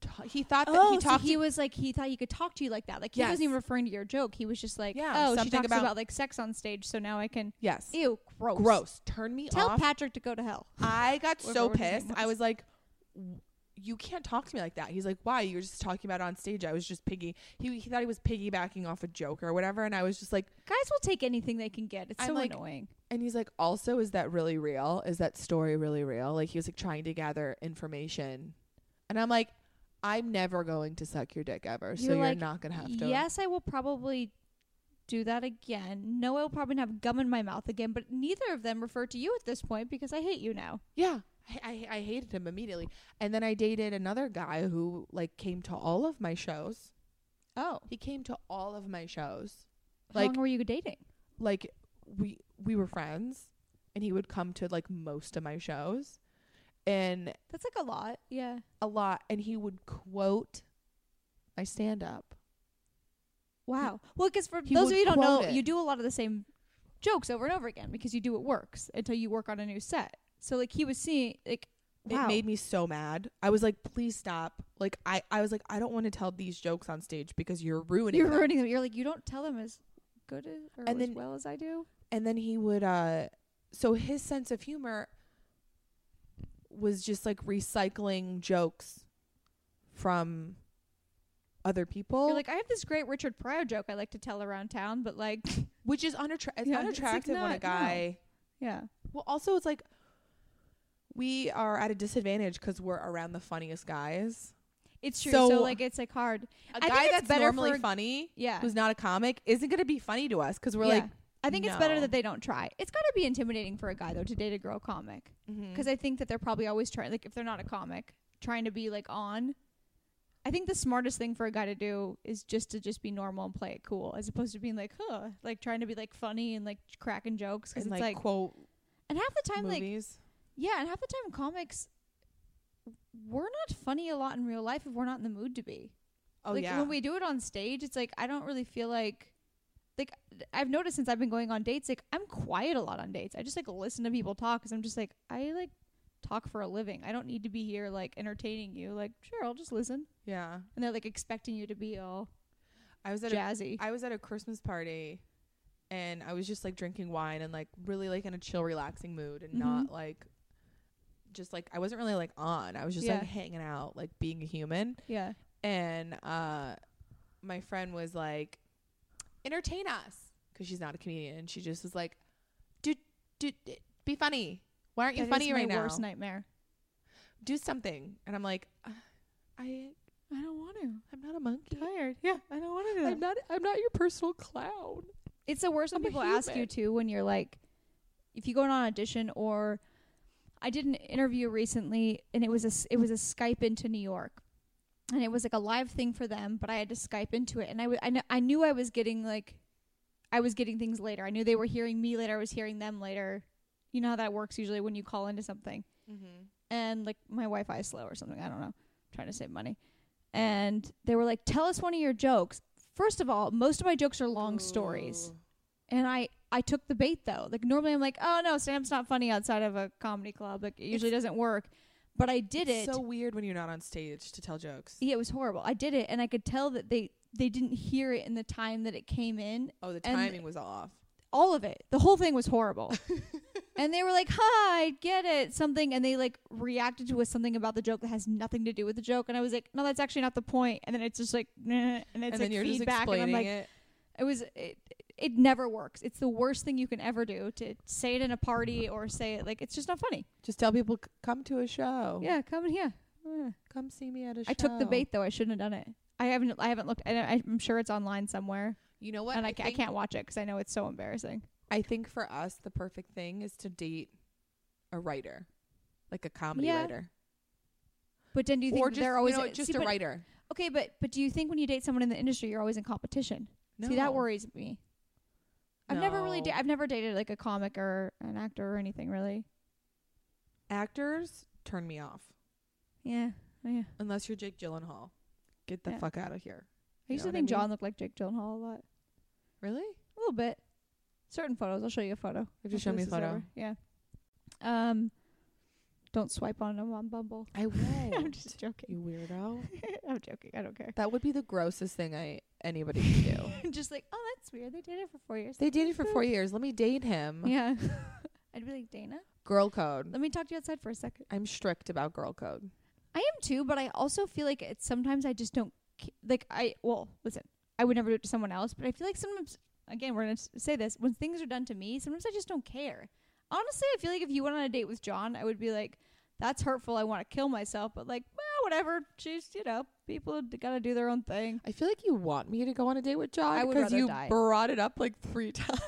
Speaker 2: ta- he thought that
Speaker 1: Oh,
Speaker 2: he
Speaker 1: so
Speaker 2: talked.
Speaker 1: he was like he thought you could talk to you like that. Like he wasn't
Speaker 2: Yes.
Speaker 1: even referring to your joke. He was just like,
Speaker 2: Yeah,
Speaker 1: oh, she
Speaker 2: something
Speaker 1: talks about,
Speaker 2: about-
Speaker 1: like sex on stage, so now I can.
Speaker 2: yes.
Speaker 1: Ew, gross.
Speaker 2: gross. Turn me
Speaker 1: Tell
Speaker 2: off.
Speaker 1: Patrick to go to hell.
Speaker 2: I got
Speaker 1: Whatever
Speaker 2: so
Speaker 1: what his name
Speaker 2: pissed. I
Speaker 1: was.
Speaker 2: was like, "W- "You can't talk to me like that." He's like, "Why? You were just talking about it on stage. I was just piggy." He, he thought he was piggybacking off a joke or whatever, and I was just like,
Speaker 1: Guys will take anything they can get. It's
Speaker 2: I'm
Speaker 1: so
Speaker 2: like-
Speaker 1: annoying.
Speaker 2: "And he's like, also, is that really real? Is that story really real?" Like he was like trying to gather information, and I'm like, "I'm never going to suck your dick ever, so
Speaker 1: You're
Speaker 2: you're
Speaker 1: like,
Speaker 2: not gonna have to."
Speaker 1: Yes, I will probably do that again. No, I will probably have gum in my mouth again. But neither of them refer to you at this point because I hate you now.
Speaker 2: Yeah. I, I, I hated him immediately, and then I dated another guy who like came to all of my shows.
Speaker 1: Oh,
Speaker 2: He came to all of my shows.
Speaker 1: how
Speaker 2: Like-
Speaker 1: long were you dating?
Speaker 2: like we we were friends and he would come to like most of my shows and
Speaker 1: That's like a lot. Yeah.
Speaker 2: a lot and he would quote my stand up
Speaker 1: Wow. Well, because for
Speaker 2: he
Speaker 1: those of
Speaker 2: would
Speaker 1: you who don't know,
Speaker 2: quote it.
Speaker 1: you do a lot of the same jokes over and over again because you do what works until you work on a new set. So like he was seeing like wow.
Speaker 2: it made me so mad i was like please stop like i i was like i don't want to tell these jokes on stage because you're ruining
Speaker 1: you're
Speaker 2: them.
Speaker 1: ruining them. You're like you don't tell them as good as, or
Speaker 2: And
Speaker 1: as
Speaker 2: then-
Speaker 1: well as I do.
Speaker 2: and then he would uh so his sense of humor was just like recycling jokes from other people
Speaker 1: You're like, I have this great Richard Pryor joke I like to tell around town, but like,
Speaker 2: which is unattra-
Speaker 1: Yeah,
Speaker 2: it's
Speaker 1: it's, like,
Speaker 2: unattractive when a
Speaker 1: not- no.
Speaker 2: guy
Speaker 1: yeah,
Speaker 2: well also it's like we are at a disadvantage because we're around the funniest guys
Speaker 1: it's true. So,
Speaker 2: So-
Speaker 1: like, it's like hard.
Speaker 2: a
Speaker 1: think
Speaker 2: guy
Speaker 1: it's
Speaker 2: that's
Speaker 1: better
Speaker 2: normally
Speaker 1: for-
Speaker 2: funny
Speaker 1: Yeah,
Speaker 2: who's not a comic isn't going to be funny to us because we're
Speaker 1: Yeah.
Speaker 2: like
Speaker 1: I think it's better
Speaker 2: no.
Speaker 1: that they don't try. It's got to be intimidating for a guy though to date a girl comic
Speaker 2: Mm.
Speaker 1: because I think that they're probably always trying, like, if they're not a comic, trying to be like on. I think the smartest thing for a guy to do is just to just be normal and play it cool, as opposed to being like, huh, like trying to be like funny and like cracking jokes. Because
Speaker 2: and
Speaker 1: it's
Speaker 2: like,
Speaker 1: like,
Speaker 2: quote
Speaker 1: and half the time, like,
Speaker 2: movies
Speaker 1: Yeah, and half the time comics we're not funny a lot in real life if we're not in the mood to be.
Speaker 2: oh
Speaker 1: like
Speaker 2: yeah
Speaker 1: when we do it on stage, it's like I don't really feel like like I've noticed since I've been going on dates, like I'm quiet a lot on dates. I just like listen to people talk because I'm just like I like talk for a living. I don't need to be here like entertaining you. Like sure, I'll just listen.
Speaker 2: yeah
Speaker 1: And they're like expecting you to be all
Speaker 2: i was at a
Speaker 1: jazzy.
Speaker 2: I was at a Christmas party and I was just like drinking wine and like really like in a chill, relaxing mood and
Speaker 1: Mm-hmm.
Speaker 2: not like just like I wasn't really like on. I was just
Speaker 1: Yeah.
Speaker 2: like hanging out, like being a human.
Speaker 1: yeah,
Speaker 2: And uh my friend was like, entertain us because she's not a comedian. She just was like, do, do, d- be funny. Why aren't you
Speaker 1: That is
Speaker 2: funny
Speaker 1: my
Speaker 2: right now?
Speaker 1: worst nightmare.
Speaker 2: Do something. And I'm like, "Uh, I
Speaker 1: I don't want to.
Speaker 2: I'm not a monkey.
Speaker 1: Tired. Yeah, I don't want to do that.
Speaker 2: I'm not I'm not your personal clown.
Speaker 1: It's the worst when
Speaker 2: I'm a
Speaker 1: people ask you
Speaker 2: human.
Speaker 1: to when you're like, if you go on an audition or I did an interview recently and it was a s- it was a Skype into New York, and it was like a live thing for them, but I had to Skype into it, and I w- I, kn- I knew I was getting like, I was getting things later. I knew they were hearing me later. I was hearing them later. You know how that works usually when you call into something
Speaker 2: Mm-hmm.
Speaker 1: and like my Wi-Fi is slow or something. I don't know. trying to save money. And they were like, "Tell us one of your jokes." First of all, most of my jokes are long stories, and I I took the bait though. Like normally I'm like, "Oh no, Sam's not funny outside of a comedy club. Like it usually doesn't work." But I did
Speaker 2: It's
Speaker 1: it.
Speaker 2: So weird when you're not on stage to tell jokes.
Speaker 1: yeah, it was horrible. I did it, and I could tell that they they didn't hear it in the time that it came in.
Speaker 2: Oh, the
Speaker 1: And-
Speaker 2: timing was off.
Speaker 1: All of it, the whole thing was horrible. and they were like, "Hi, I get it," something, and they like reacted to us something about the joke that has nothing to do with the joke, and I was like, "No, that's actually not the point." And then it's just like, nah, and it's
Speaker 2: and
Speaker 1: like
Speaker 2: then you're just
Speaker 1: feedback, and I'm
Speaker 2: explaining
Speaker 1: like,
Speaker 2: it.
Speaker 1: it was it, it never works. It's the worst thing you can ever do to say it in a party or say it like it's just not funny.
Speaker 2: Just tell people "C- come to a show.
Speaker 1: Yeah, come in here. Yeah.
Speaker 2: come see me at a show.
Speaker 1: I took the bait though. I shouldn't have done it. I haven't. I haven't looked. And I- I'm sure it's online somewhere,
Speaker 2: You know what?
Speaker 1: and I, ca- I
Speaker 2: think,
Speaker 1: can't watch it because I know it's so embarrassing.
Speaker 2: I think for us, the perfect thing is to date a writer, like a comedy
Speaker 1: Yeah.
Speaker 2: writer,
Speaker 1: But then do you think
Speaker 2: or
Speaker 1: that
Speaker 2: just
Speaker 1: they're always
Speaker 2: you know, just
Speaker 1: see,
Speaker 2: a
Speaker 1: but-
Speaker 2: writer.
Speaker 1: Okay, but but do you think when you date someone in the industry, you're always in competition? See,
Speaker 2: No.
Speaker 1: that worries me. I've never really, da-
Speaker 2: No.
Speaker 1: I've never dated like a comic or an actor or anything really.
Speaker 2: Actors turn me off
Speaker 1: Yeah, yeah.
Speaker 2: unless you're Jake Gyllenhaal. Get the
Speaker 1: Yeah.
Speaker 2: fuck out of here.
Speaker 1: I
Speaker 2: You
Speaker 1: used to
Speaker 2: know what I
Speaker 1: think
Speaker 2: mean?
Speaker 1: John looked like Jake Gyllenhaal a lot,
Speaker 2: Really?
Speaker 1: a little bit. Certain photos, I'll show you a photo.
Speaker 2: You have to
Speaker 1: after
Speaker 2: show me a
Speaker 1: this is
Speaker 2: photo.
Speaker 1: over. Yeah. Um, don't swipe on him on Bumble.
Speaker 2: I will.
Speaker 1: I'm just joking.
Speaker 2: you weirdo.
Speaker 1: I'm joking. I don't care.
Speaker 2: that would be the grossest thing I anybody could do.
Speaker 1: I'm just like, oh, that's weird. They dated for four years.
Speaker 2: They dated for four years. Let me date him.
Speaker 1: Yeah. I'd be like, Dana,
Speaker 2: Girl code.
Speaker 1: let me talk to you outside for a second.
Speaker 2: I'm strict about girl code.
Speaker 1: I am too, but I also feel like it's sometimes I just don't ca- like I well, listen. I would never do it to someone else, but I feel like sometimes again, we're going to say this, when things are done to me, sometimes I just don't care. Honestly, I feel like if you went on a date with John, I would be like that's hurtful. I want to kill myself, but like, well, whatever. She's, you know, people got to do their own thing.
Speaker 2: I feel like you want me to go on a date with John
Speaker 1: I would
Speaker 2: because
Speaker 1: rather
Speaker 2: you
Speaker 1: die.
Speaker 2: brought it up like three times.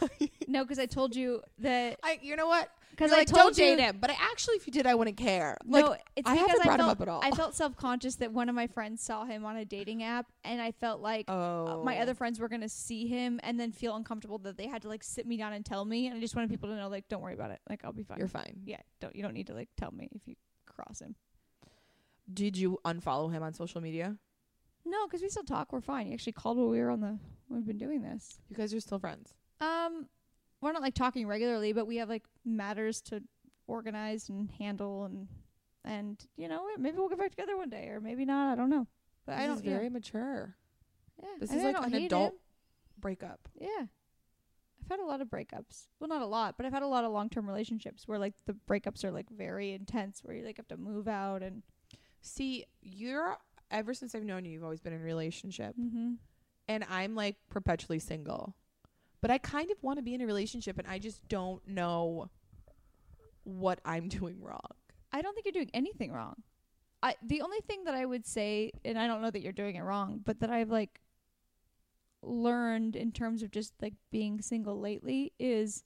Speaker 1: No, because I told you that.
Speaker 2: I, you know what?
Speaker 1: Because
Speaker 2: You're
Speaker 1: I
Speaker 2: like,
Speaker 1: told
Speaker 2: don't date
Speaker 1: you.
Speaker 2: him. But I actually, if you did, I wouldn't care.
Speaker 1: No,
Speaker 2: like,
Speaker 1: it's
Speaker 2: I
Speaker 1: because
Speaker 2: haven't
Speaker 1: I
Speaker 2: brought him
Speaker 1: felt,
Speaker 2: up at all.
Speaker 1: I felt self conscious that one of my friends saw him on a dating app, and I felt like uh,
Speaker 2: oh,
Speaker 1: my other friends were gonna see him and then feel uncomfortable that they had to like sit me down and tell me and i just wanted people to know like don't worry about it like i'll be fine
Speaker 2: You're fine.
Speaker 1: yeah don't you don't need to like tell me if you cross him
Speaker 2: Did you unfollow him on social media?
Speaker 1: No, 'cause we still talk we're fine he actually called while we were on the we've been doing this
Speaker 2: You guys are still friends.
Speaker 1: um we're not like talking regularly but we have like matters to organize and handle and and you know maybe we'll get back together one day or maybe not i don't know but i
Speaker 2: This
Speaker 1: don't
Speaker 2: is very mature.
Speaker 1: yeah, yeah.
Speaker 2: This
Speaker 1: I
Speaker 2: is
Speaker 1: mean, I
Speaker 2: like
Speaker 1: don't
Speaker 2: an
Speaker 1: hate
Speaker 2: adult
Speaker 1: him.
Speaker 2: breakup.
Speaker 1: yeah if had a lot of breakups. Well, not a lot, but I've had a lot of long term relationships where like the breakups are like very intense, where you like have to move out and.
Speaker 2: See, you're ever since I've known you, you've always been in a relationship,
Speaker 1: Mm-hmm.
Speaker 2: and I'm like perpetually single. But I kind of want to be in a relationship, and I just don't know what I'm doing wrong.
Speaker 1: I don't think you're doing anything wrong. I the only thing that I would say, and I don't know that you're doing it wrong, but that I've like learned in terms of just like being single lately is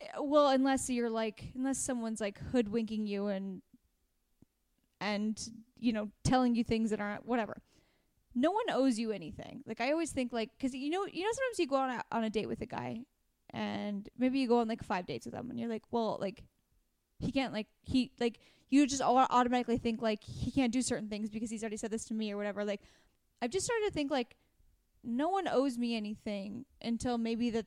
Speaker 1: Eh, well, unless you're like unless someone's like hoodwinking you and and you know telling you things that aren't whatever. No one owes you anything. Like I always think like cuz you know you know sometimes you go on a, on a date with a guy and maybe you go on like five dates with them and you're like well like he can't like he like you just au- automatically think like he can't do certain things because he's already said this to me or whatever like i've just started to think like no one owes me anything until maybe that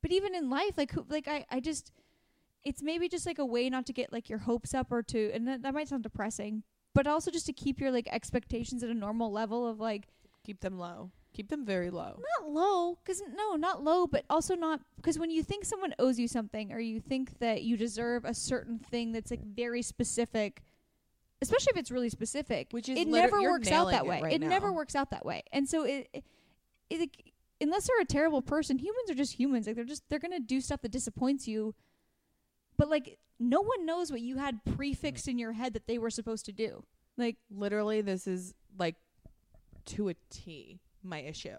Speaker 1: but even in life like who like i i just it's maybe just like a way not to get like your hopes up or to and that, that might sound depressing but also just to keep your like expectations at a normal level of like
Speaker 2: Keep them low. Keep them very low.
Speaker 1: not low because no not low but also not because when you think someone owes you something or you think that you deserve a certain thing that's like very specific especially if it's really specific
Speaker 2: Which is
Speaker 1: it
Speaker 2: liter-
Speaker 1: never
Speaker 2: you're
Speaker 1: works out
Speaker 2: nailing
Speaker 1: that
Speaker 2: it
Speaker 1: way
Speaker 2: right
Speaker 1: it never
Speaker 2: now.
Speaker 1: works out that way and so it, it, it like, unless they're a terrible person humans are just humans like they're just they're gonna do stuff that disappoints you but like no one knows what you had prefixed in your head that they were supposed to do like
Speaker 2: Literally, this is like to a T my issue.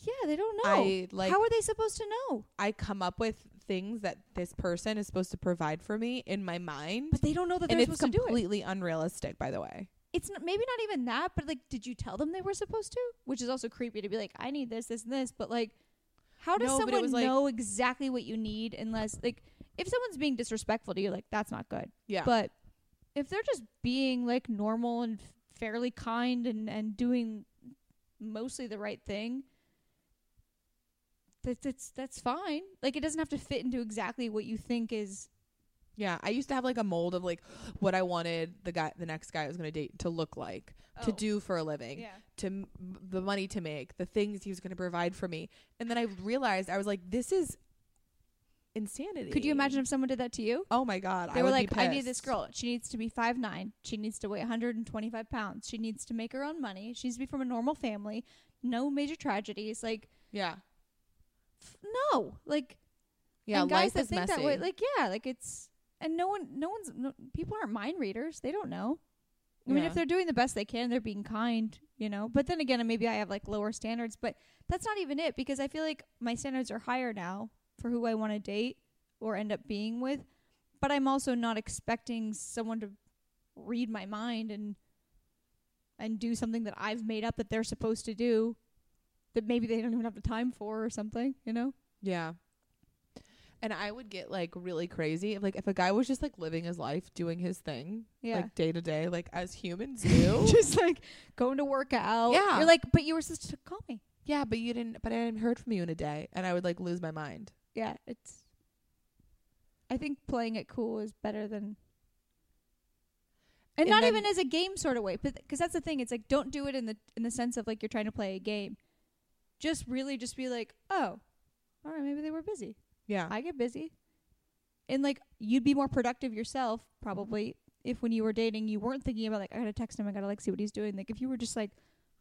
Speaker 1: yeah they don't know
Speaker 2: I like
Speaker 1: how are they supposed to know
Speaker 2: I come up with things that this person is supposed to provide for me in my mind.
Speaker 1: but they don't know that
Speaker 2: and
Speaker 1: they're
Speaker 2: it's
Speaker 1: supposed to do it
Speaker 2: completely unrealistic, by the way.
Speaker 1: it's not, maybe not even that, but like, did you tell them they were supposed to? Which is also creepy to be like, I need this, this, and this. But like, how does
Speaker 2: No, but it
Speaker 1: someone
Speaker 2: was, like-
Speaker 1: know exactly what you need unless like if someone's being disrespectful to you, like that's not good.
Speaker 2: Yeah.
Speaker 1: But if they're just being like normal and fairly kind and and doing mostly the right thing, that that's that's fine. Like it doesn't have to fit into exactly what you think is.
Speaker 2: yeah. I used to have like a mold of like what I wanted the guy the next guy I was gonna date to look like, to do for a living,
Speaker 1: Oh. Yeah.
Speaker 2: to m- the money to make, the things he was gonna provide for me. And then I realized I was like, this is insanity.
Speaker 1: Could you imagine if someone did that to you?
Speaker 2: Oh my god.
Speaker 1: They
Speaker 2: I
Speaker 1: were
Speaker 2: would
Speaker 1: like,
Speaker 2: be
Speaker 1: I need this
Speaker 2: pissed."
Speaker 1: girl. She needs to be five nine. She needs to weigh 125 pounds. She needs to make her own money. She needs to be from a normal family. No major tragedies. Like,
Speaker 2: Yeah.
Speaker 1: f- no. Like,
Speaker 2: Yeah.
Speaker 1: and guys
Speaker 2: life
Speaker 1: that
Speaker 2: is
Speaker 1: think
Speaker 2: messy.
Speaker 1: that way, like, yeah, like it's, and no one, no one's, no, people aren't mind readers. They don't know. I mean,
Speaker 2: Yeah.
Speaker 1: if they're doing the best they can, they're being kind, you know. But then again, maybe I have like lower standards, but that's not even it because I feel like my standards are higher now for who I want to date or end up being with. But I'm also not expecting someone to read my mind and and do something that I've made up that they're supposed to do that maybe they don't even have the time for or something, you know?
Speaker 2: Yeah. And I would get like really crazy. if, Like if a guy was just like living his life, doing his thing,
Speaker 1: Yeah.
Speaker 2: like day to day, like as humans do.
Speaker 1: just like going to work out.
Speaker 2: Yeah.
Speaker 1: You're like, but you were supposed to call me.
Speaker 2: yeah, but you didn't. But I hadn't heard from you in a day, and I would like lose my mind.
Speaker 1: Yeah, it's. I think playing it cool is better than. And,
Speaker 2: And
Speaker 1: not
Speaker 2: then-
Speaker 1: even as a game sort of way, but because that's the thing. It's like don't do it in the in the sense of like you're trying to play a game. Just really just be like, oh, all right, maybe they were busy.
Speaker 2: Yeah,
Speaker 1: I get busy. And like you'd be more productive yourself probably if when you were dating you weren't thinking about like I gotta text him, I gotta like see what he's doing. Like if you were just like,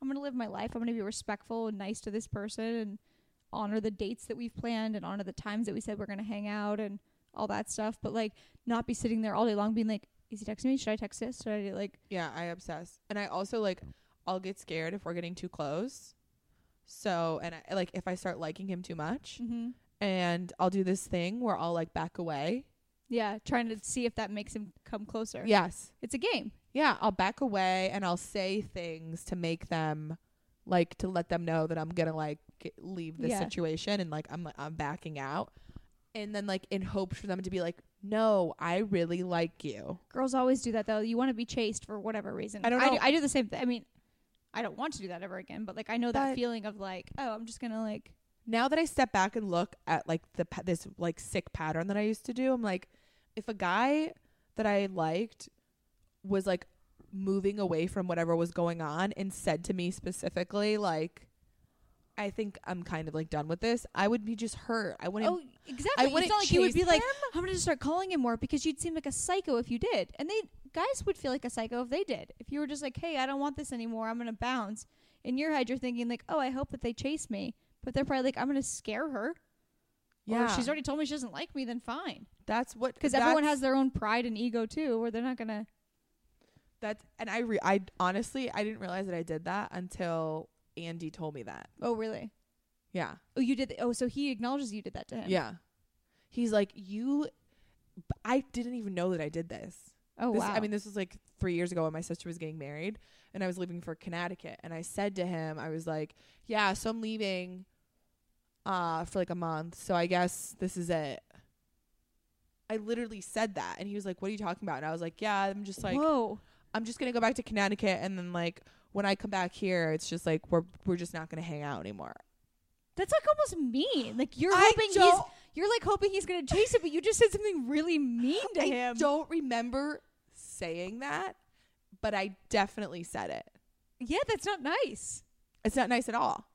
Speaker 1: I'm gonna live my life, I'm gonna be respectful and nice to this person and honor the dates that we've planned and honor the times that we said we're gonna hang out and all that stuff. But like not be sitting there all day long being like, Is he texting me? Should I text this? Should I do like
Speaker 2: yeah, I obsess, and I also like I'll get scared if we're getting too close. So and I, like if I start liking him too much,
Speaker 1: mm-hmm.
Speaker 2: and I'll do this thing where I'll like back away.
Speaker 1: Yeah, trying to see if that makes him come closer.
Speaker 2: Yes,
Speaker 1: It's a game.
Speaker 2: yeah, I'll back away and I'll say things to make them like to let them know that I'm gonna like get, leave this
Speaker 1: Yeah.
Speaker 2: situation and like I'm like I'm backing out, and then like in hopes for them to be like, no, I really like you.
Speaker 1: Girls always do that though. You want to be chased for whatever reason.
Speaker 2: I don't
Speaker 1: I do,
Speaker 2: know.
Speaker 1: I do the same thing. I mean, I don't want to do that ever again. But like, I know that
Speaker 2: But-
Speaker 1: feeling of like, oh, I'm just gonna like,
Speaker 2: Now that I step back and look at like the pa- this like sick pattern that I used to do, I'm like, if a guy that I liked was like moving away from whatever was going on and said to me specifically like I think I'm kind of like done with this. I would be just hurt. I wouldn't.
Speaker 1: oh, exactly. it's
Speaker 2: wouldn't
Speaker 1: not like you would
Speaker 2: chase
Speaker 1: be like, "Oh,
Speaker 2: them.
Speaker 1: I'm gonna just start calling him more because you'd seem like a psycho if you did. And they guys would feel like a psycho if they did. If you were just like, hey, I don't want this anymore. I'm gonna bounce. In your head, you're thinking like, oh, I hope that they chase me. But they're probably like, I'm gonna scare her. Or
Speaker 2: yeah,
Speaker 1: if she's already told me she doesn't like me, then fine.
Speaker 2: that's what
Speaker 1: Because everyone
Speaker 2: that's-
Speaker 1: has their own pride and ego too, where they're not gonna.
Speaker 2: That's and I re- I honestly I didn't realize that I did that until Andy told me that.
Speaker 1: Oh, really?
Speaker 2: Yeah.
Speaker 1: Oh, you did. oh, so he acknowledges you did that to him.
Speaker 2: Yeah. He's like, "You I didn't even know that I did this."
Speaker 1: Oh,
Speaker 2: This-
Speaker 1: wow.
Speaker 2: I mean, this was like 3 years ago when my sister was getting married and I was leaving for Connecticut and I said to him, I was like, "Yeah, so I'm leaving uh for like a month. So I guess this is it." I literally said that and he was like, "What are you talking about?" And I was like, "Yeah, I'm just like
Speaker 1: whoa.
Speaker 2: I'm just gonna go back to Connecticut, and then like when I come back here, it's just like we're we're just not gonna hang out anymore.
Speaker 1: That's like almost mean. Like you're
Speaker 2: I
Speaker 1: hoping he's
Speaker 2: don't-
Speaker 1: you're like hoping he's gonna chase it, but you just said something really mean to
Speaker 2: I
Speaker 1: him.
Speaker 2: don't remember saying that, but I definitely said it.
Speaker 1: Yeah, that's not nice.
Speaker 2: It's not nice at all.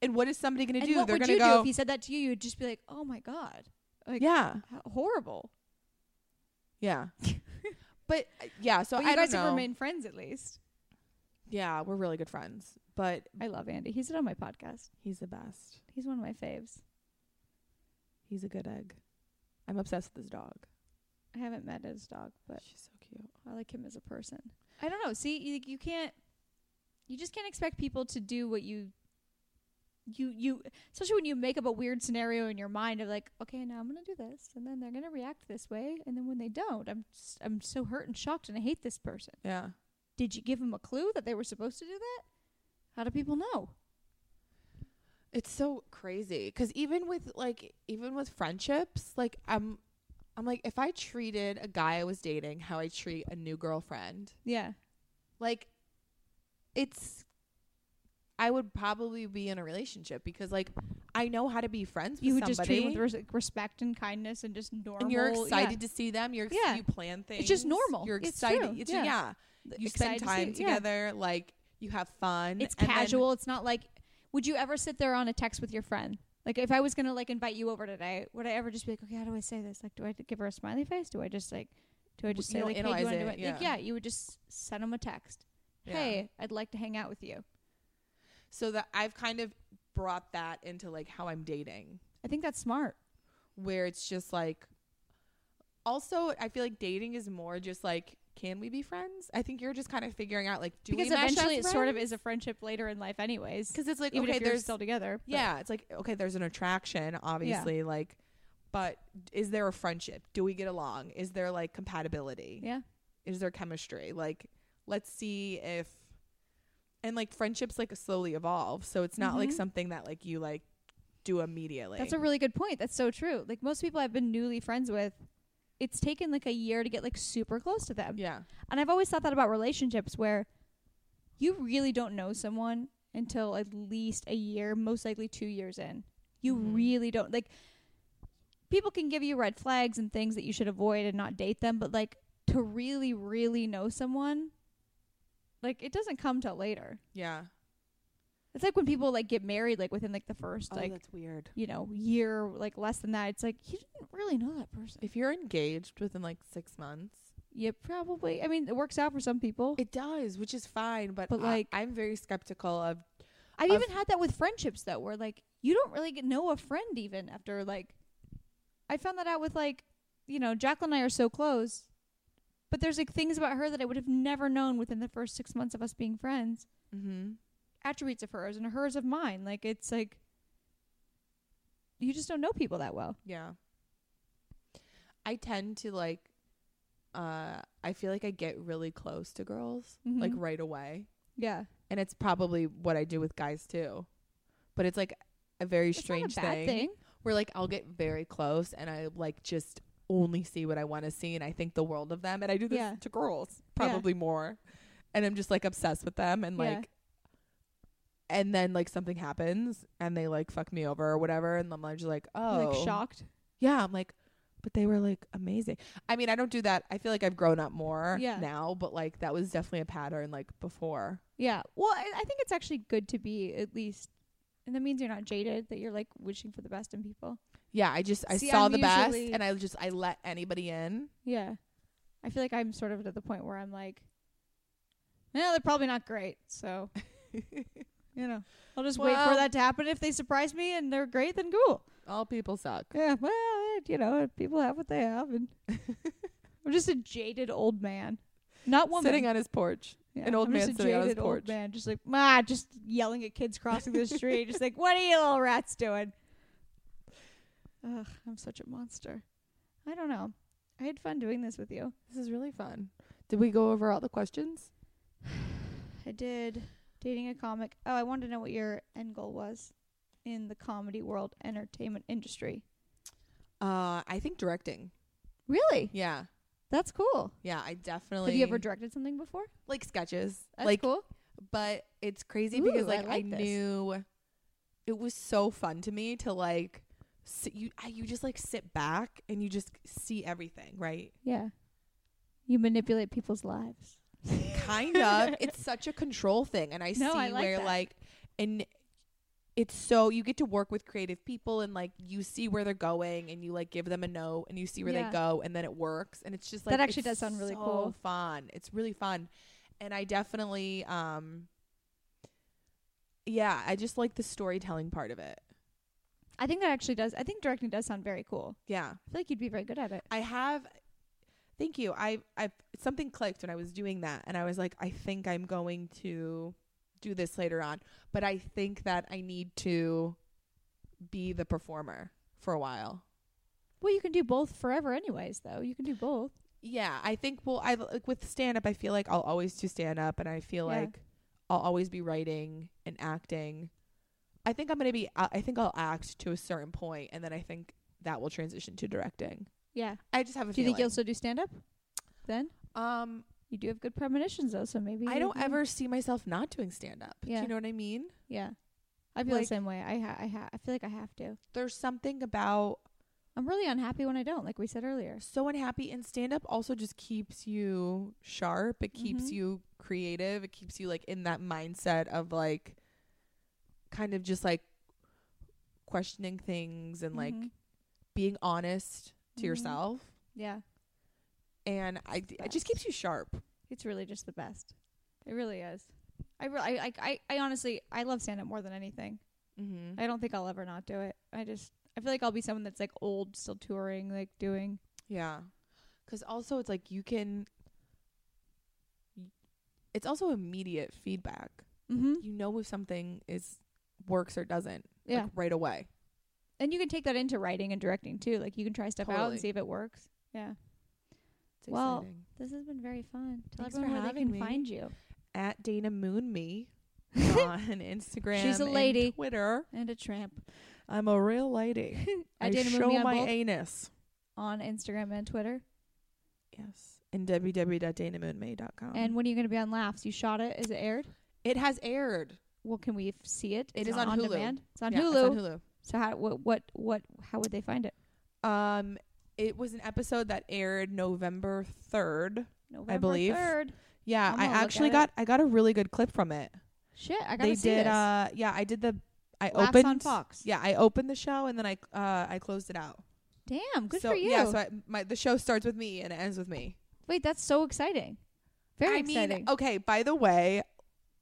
Speaker 2: And what is somebody gonna
Speaker 1: and
Speaker 2: do?
Speaker 1: what
Speaker 2: They're
Speaker 1: would
Speaker 2: gonna
Speaker 1: you do
Speaker 2: go.
Speaker 1: if he said that to you? You'd just be like, "Oh my god, like,
Speaker 2: yeah,
Speaker 1: how horrible."
Speaker 2: yeah. but uh, yeah, so
Speaker 1: But
Speaker 2: I
Speaker 1: you guys
Speaker 2: don't
Speaker 1: have
Speaker 2: know.
Speaker 1: remained friends at least.
Speaker 2: yeah, we're really good friends, but
Speaker 1: I love Andy. He's on my podcast.
Speaker 2: he's the best.
Speaker 1: He's one of my faves.
Speaker 2: He's a good egg. I'm obsessed with this dog.
Speaker 1: I haven't met his dog, but
Speaker 2: She's so cute.
Speaker 1: I like him as a person. I don't know. See, you, you can't. You just can't expect people to do what you. You you especially when you make up a weird scenario in your mind of like, okay, now I'm gonna do this, and then they're gonna react this way, and then when they don't, I'm s I'm so hurt and shocked, and I hate this person.
Speaker 2: Yeah.
Speaker 1: Did you give them a clue that they were supposed to do that? How do people know?
Speaker 2: It's so crazy because even with like even with friendships, like I'm, I'm like if I treated a guy I was dating how I treat a new girlfriend,
Speaker 1: Yeah,
Speaker 2: like it's, I would probably be in a relationship because like I know how to be friends with
Speaker 1: you would
Speaker 2: somebody,
Speaker 1: just treat 'em with res- respect and kindness and just normal.
Speaker 2: and you're
Speaker 1: yeah.
Speaker 2: excited to see them. You're ex-
Speaker 1: Yeah.
Speaker 2: you plan things.
Speaker 1: just normal.
Speaker 2: You're
Speaker 1: It's
Speaker 2: excited.
Speaker 1: true.
Speaker 2: It's-
Speaker 1: Yeah.
Speaker 2: yeah. you
Speaker 1: Excited
Speaker 2: spend
Speaker 1: to see
Speaker 2: time
Speaker 1: it, yeah.
Speaker 2: together. Like you have fun.
Speaker 1: It's
Speaker 2: and then-
Speaker 1: casual. it's not like. Would you ever sit there on a text with your friend? Like, if I was gonna like invite you over today, would I ever just be like, okay, how do I say this? Like, do I give her a smiley face? Do I just like, do I just
Speaker 2: You
Speaker 1: say
Speaker 2: don't
Speaker 1: like, hey, do you
Speaker 2: analyze
Speaker 1: wanna do
Speaker 2: it,
Speaker 1: it? Like, yeah,
Speaker 2: yeah.
Speaker 1: you would just send them a text.
Speaker 2: Yeah.
Speaker 1: Hey, I'd like to hang out with you.
Speaker 2: So that I've kind of brought that into like how I'm dating.
Speaker 1: I think that's smart.
Speaker 2: where it's just like also I feel like dating is more just like can we be friends? I think you're just kind of figuring out like do
Speaker 1: because
Speaker 2: we mesh as
Speaker 1: eventually it sort of
Speaker 2: friends?
Speaker 1: is a friendship later in life, anyways.
Speaker 2: cuz it's like
Speaker 1: even
Speaker 2: okay
Speaker 1: if you're
Speaker 2: there's
Speaker 1: still together. but-
Speaker 2: yeah, it's like okay there's an attraction obviously like but is there a friendship? Do we get along? Is there like compatibility?
Speaker 1: Yeah.
Speaker 2: Is there chemistry? Like let's see if and like friendships like slowly evolve. So it's not like
Speaker 1: Mhm.
Speaker 2: something that like you like do immediately.
Speaker 1: That's a really good point. That's so true. Like most people I've been newly friends with, it's taken like a year to get like super close to them.
Speaker 2: yeah.
Speaker 1: And I've always thought that about relationships where you really don't know someone until at least a year, most likely 2 years in. You
Speaker 2: Mhm.
Speaker 1: really don't like people can give you red flags and things that you should avoid and not date them, but like to really really know someone like it doesn't come till later.
Speaker 2: Yeah.
Speaker 1: It's like when people like get married like within like the first like
Speaker 2: Oh, that's weird.
Speaker 1: you know, year, like less than that, it's like you didn't really know that person.
Speaker 2: If you're engaged within like six months,
Speaker 1: You probably, I mean, it works out for some people.
Speaker 2: it does, which is fine. But,
Speaker 1: But, like-
Speaker 2: like, I'm very skeptical of.
Speaker 1: I've
Speaker 2: I've-
Speaker 1: even had that with friendships though, where like you don't really get know a friend even after like. I found that out with like, you know, Jacqueline and I are so close, but there's like things about her that I would have never known within the first six months of us being friends.
Speaker 2: Mm-hmm.
Speaker 1: Attributes of hers and hers of mine. Like it's like. You just don't know people that well.
Speaker 2: Yeah. I tend to like. Uh, I feel like I get really close to girls like
Speaker 1: Mhm.
Speaker 2: right away,
Speaker 1: Yeah,
Speaker 2: and it's probably what I do with guys too. But it's like a very
Speaker 1: it's
Speaker 2: strange
Speaker 1: not a bad thing.
Speaker 2: where like I'll get very close and I like just only see what I want to see and I think the world of them and I do this
Speaker 1: Yeah.
Speaker 2: to girls probably more and I'm just like obsessed with them and
Speaker 1: Yeah.
Speaker 2: like and then like something happens and they like fuck me over or whatever and I'm like, just like
Speaker 1: You're,
Speaker 2: oh
Speaker 1: Like shocked.
Speaker 2: yeah I'm like but they were like amazing I mean I don't do that I feel like I've grown up more
Speaker 1: Yeah.
Speaker 2: now but like that was definitely a pattern like before
Speaker 1: Yeah. Well, I, I think it's actually good to be at least And that means you're not jaded, that you're like wishing for the best in people.
Speaker 2: Yeah, I just I
Speaker 1: See,
Speaker 2: saw
Speaker 1: I'm
Speaker 2: the best
Speaker 1: usually-
Speaker 2: and I just I let anybody in.
Speaker 1: Yeah. I feel like I'm sort of at the point where I'm like, no, they're probably not great. So, you know, I'll just wait for
Speaker 2: Well-
Speaker 1: that to happen. If they surprise me and they're great, then cool.
Speaker 2: All people suck.
Speaker 1: Yeah, well, eh, you know, people have what they have. And I'm just a jaded old man. Not woman.
Speaker 2: Sitting on his porch.
Speaker 1: Yeah,
Speaker 2: an old
Speaker 1: I'm just
Speaker 2: man
Speaker 1: a
Speaker 2: sitting on his
Speaker 1: jaded old
Speaker 2: porch.
Speaker 1: man, just like, ma, just yelling at kids crossing the street. Just like, what are you little rats doing? Ugh, I'm such a monster. I don't know. I had fun doing this with you.
Speaker 2: This is really fun. Did we go over all the questions?
Speaker 1: I did dating a comic. Oh, I wanted to know what your end goal was in the comedy world entertainment industry.
Speaker 2: Uh, I think directing.
Speaker 1: Really?
Speaker 2: Yeah,
Speaker 1: That's cool.
Speaker 2: yeah. I definitely.
Speaker 1: Have you ever directed something before?
Speaker 2: like sketches?
Speaker 1: That's
Speaker 2: like,
Speaker 1: cool.
Speaker 2: but it's crazy
Speaker 1: Ooh,
Speaker 2: because
Speaker 1: I
Speaker 2: like I,
Speaker 1: like this.
Speaker 2: knew it was so fun to me to like sit, you I, you just like sit back and you just see everything, right?
Speaker 1: Yeah. You manipulate people's lives.
Speaker 2: kind of it's such a control thing and i
Speaker 1: No,
Speaker 2: see
Speaker 1: I like
Speaker 2: where
Speaker 1: that.
Speaker 2: like and it's so you get to work with creative people and like you see where they're going and you like give them a note and you see where
Speaker 1: Yeah.
Speaker 2: they go and then it works and it's just
Speaker 1: That
Speaker 2: like
Speaker 1: actually
Speaker 2: it's
Speaker 1: does sound really
Speaker 2: so
Speaker 1: cool.
Speaker 2: fun it's really fun and i definitely um yeah i just like the storytelling part of it
Speaker 1: I think that actually does. I think directing does sound very cool.
Speaker 2: yeah
Speaker 1: I feel like you'd be very good at it.
Speaker 2: I have thank you. I I something clicked when I was doing that and I was like I think I'm going to do this later on, but I think that I need to be the performer for a while.
Speaker 1: Well, you can do both forever, anyways. Though you can do both.
Speaker 2: Yeah, I think well I like with stand up I feel like I'll always do stand up and I feel
Speaker 1: Yeah.
Speaker 2: like I'll always be writing and acting. I think I'm going to be uh, I I think I'll act to a certain point and then I think that will transition to directing.
Speaker 1: Yeah.
Speaker 2: I just have a
Speaker 1: Do you
Speaker 2: feeling.
Speaker 1: think you'll still do stand up? Then
Speaker 2: um
Speaker 1: you do have good premonitions, though. So maybe
Speaker 2: I
Speaker 1: you-
Speaker 2: don't
Speaker 1: you-
Speaker 2: ever see myself not doing stand up. Do
Speaker 1: Mm-hmm. Yeah.
Speaker 2: you know what I mean?
Speaker 1: Yeah. I feel
Speaker 2: Like-
Speaker 1: the same way. I ha- I ha- I feel like I have to.
Speaker 2: There's something about
Speaker 1: I'm really unhappy when I don't, like we said earlier.
Speaker 2: so unhappy and stand up also just keeps you sharp. It keeps
Speaker 1: Mhm.
Speaker 2: you creative. It keeps you like in that mindset of like kind of just like questioning things and like
Speaker 1: Mhm.
Speaker 2: being honest to
Speaker 1: Mhm.
Speaker 2: yourself.
Speaker 1: yeah,
Speaker 2: And I it just keeps you sharp.
Speaker 1: it's really just the best. It really is. I re- I, I I I honestly I love stand up more than anything.
Speaker 2: Mm-hmm.
Speaker 1: I don't think I'll ever not do it. I just I feel like I'll be someone that's like old, still touring, like doing.
Speaker 2: Yeah. Cuz also it's like you can it's also immediate feedback.
Speaker 1: Mm-hmm.
Speaker 2: you know if something is works or doesn't
Speaker 1: Yeah.
Speaker 2: like right away
Speaker 1: and you can take that into writing and directing too. Like you can try stuff out
Speaker 2: Totally.
Speaker 1: and see if it works. Yeah.
Speaker 2: it's
Speaker 1: Well-
Speaker 2: exciting.
Speaker 1: This has been very fun. Tell
Speaker 2: Thanks
Speaker 1: everyone
Speaker 2: for
Speaker 1: where they
Speaker 2: having
Speaker 1: can
Speaker 2: me.
Speaker 1: find you.
Speaker 2: at dana moon me on instagram
Speaker 1: She's a
Speaker 2: and
Speaker 1: lady.
Speaker 2: twitter
Speaker 1: And a tramp.
Speaker 2: i'm a real lady i
Speaker 1: At Dana
Speaker 2: show
Speaker 1: Mooney on
Speaker 2: my
Speaker 1: both-
Speaker 2: anus
Speaker 1: on Instagram and Twitter.
Speaker 2: yes and www.danamoonme.com
Speaker 1: and when are you going to be on Laughs? You shot it. Is it aired?
Speaker 2: it has aired
Speaker 1: Well, can we f- see it?
Speaker 2: It
Speaker 1: Is
Speaker 2: is on Hulu.
Speaker 1: demand. It's on
Speaker 2: Yeah,
Speaker 1: Hulu.
Speaker 2: it's on
Speaker 1: So how what what what how would they find it?
Speaker 2: hulu um it was an episode that aired november 3rd
Speaker 1: November
Speaker 2: believe.
Speaker 1: 3rd.
Speaker 2: yeah
Speaker 1: I'm
Speaker 2: i
Speaker 1: gonna look
Speaker 2: actually
Speaker 1: at
Speaker 2: got i got a really good clip from it
Speaker 1: Shit, I gotta
Speaker 2: they
Speaker 1: see
Speaker 2: did
Speaker 1: this.
Speaker 2: uh yeah i did the i
Speaker 1: Laughs
Speaker 2: opened
Speaker 1: on Fox.
Speaker 2: Yeah, I opened the show and then I uh, I closed it out.
Speaker 1: Damn, good
Speaker 2: so,
Speaker 1: for you.
Speaker 2: Yeah, so I, my the show starts with me and it ends with me.
Speaker 1: Wait, that's so exciting. Very
Speaker 2: I
Speaker 1: exciting.
Speaker 2: mean, oh, okay. By the way,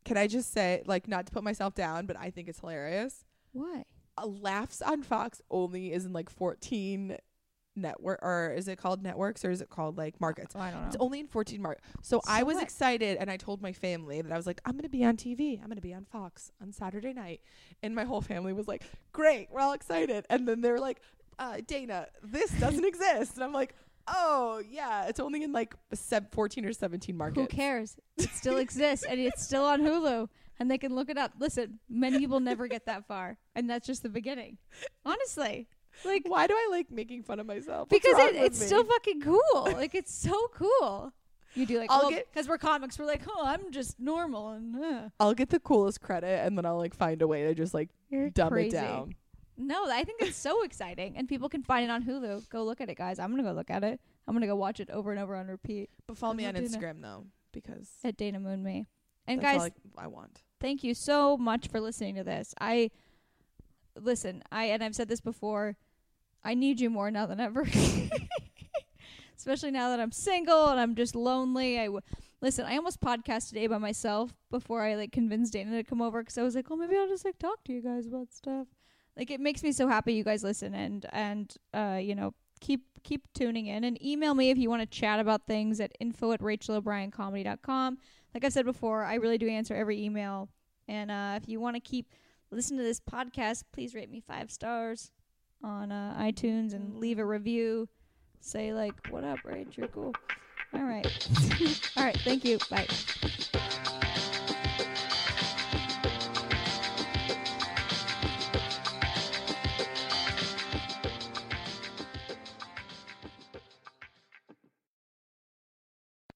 Speaker 2: can I just say, like, not to put myself down, but I think it's hilarious.
Speaker 1: Why?
Speaker 2: Uh, Laughs on Fox only is in like 14 network, or is it called networks, or is it called like markets?
Speaker 1: Oh, I don't
Speaker 2: It's
Speaker 1: know.
Speaker 2: only in 14 mark. So, I
Speaker 1: So
Speaker 2: was
Speaker 1: what?
Speaker 2: excited and I told my family that I was like, I'm going to be on TV. I'm going to be on Fox on Saturday night. And my whole family was like, great. We're all excited. And then they're like, uh, Dana, this doesn't exist. And I'm like, oh, yeah. It's only in like sev- 14 or 17 markets.
Speaker 1: Who cares? It still exists and it's still on Hulu and they can look it up. Listen, many people never get that far and that's just the beginning. Honestly. Like
Speaker 2: Why do I like making fun of myself? What's
Speaker 1: because
Speaker 2: wrong
Speaker 1: it,
Speaker 2: with
Speaker 1: it's
Speaker 2: me?
Speaker 1: so fucking cool. Like it's so cool. You do like
Speaker 2: I'll
Speaker 1: because
Speaker 2: get-
Speaker 1: we're comics. We're like, oh, I'm just normal and uh.
Speaker 2: I'll get the coolest credit and then I'll like find a way to just like
Speaker 1: You're
Speaker 2: dumb
Speaker 1: crazy.
Speaker 2: it down.
Speaker 1: No, I think it's so exciting, and people can find it on Hulu. Go look at it, guys. I'm gonna go look at it. I'm gonna go watch it over and over on repeat
Speaker 2: But follow me on
Speaker 1: Doesn't do
Speaker 2: Instagram though, because
Speaker 1: at Dana Moon Me. And
Speaker 2: that's
Speaker 1: guys,
Speaker 2: all I, I want.
Speaker 1: thank you so much for listening to this. I listen, I and I've said this before, I need you more now than ever. Especially now that I'm single and I'm just lonely. I w- listen. I almost podcasted today by myself before I like convinced Dana to come over because I was like, oh, maybe I'll just like talk to you guys about stuff. Like it makes me so happy you guys listen and and uh you know keep keep tuning in and email me if you want to chat about things at info at rachelobriencomedy.com. Like I said before, I really do answer every email. And uh, if you want to keep listen to this podcast, please rate me five stars on uh, iTunes and leave a review. Say like, "What up, Rach? You're cool." All right, all right. Thank you. Bye.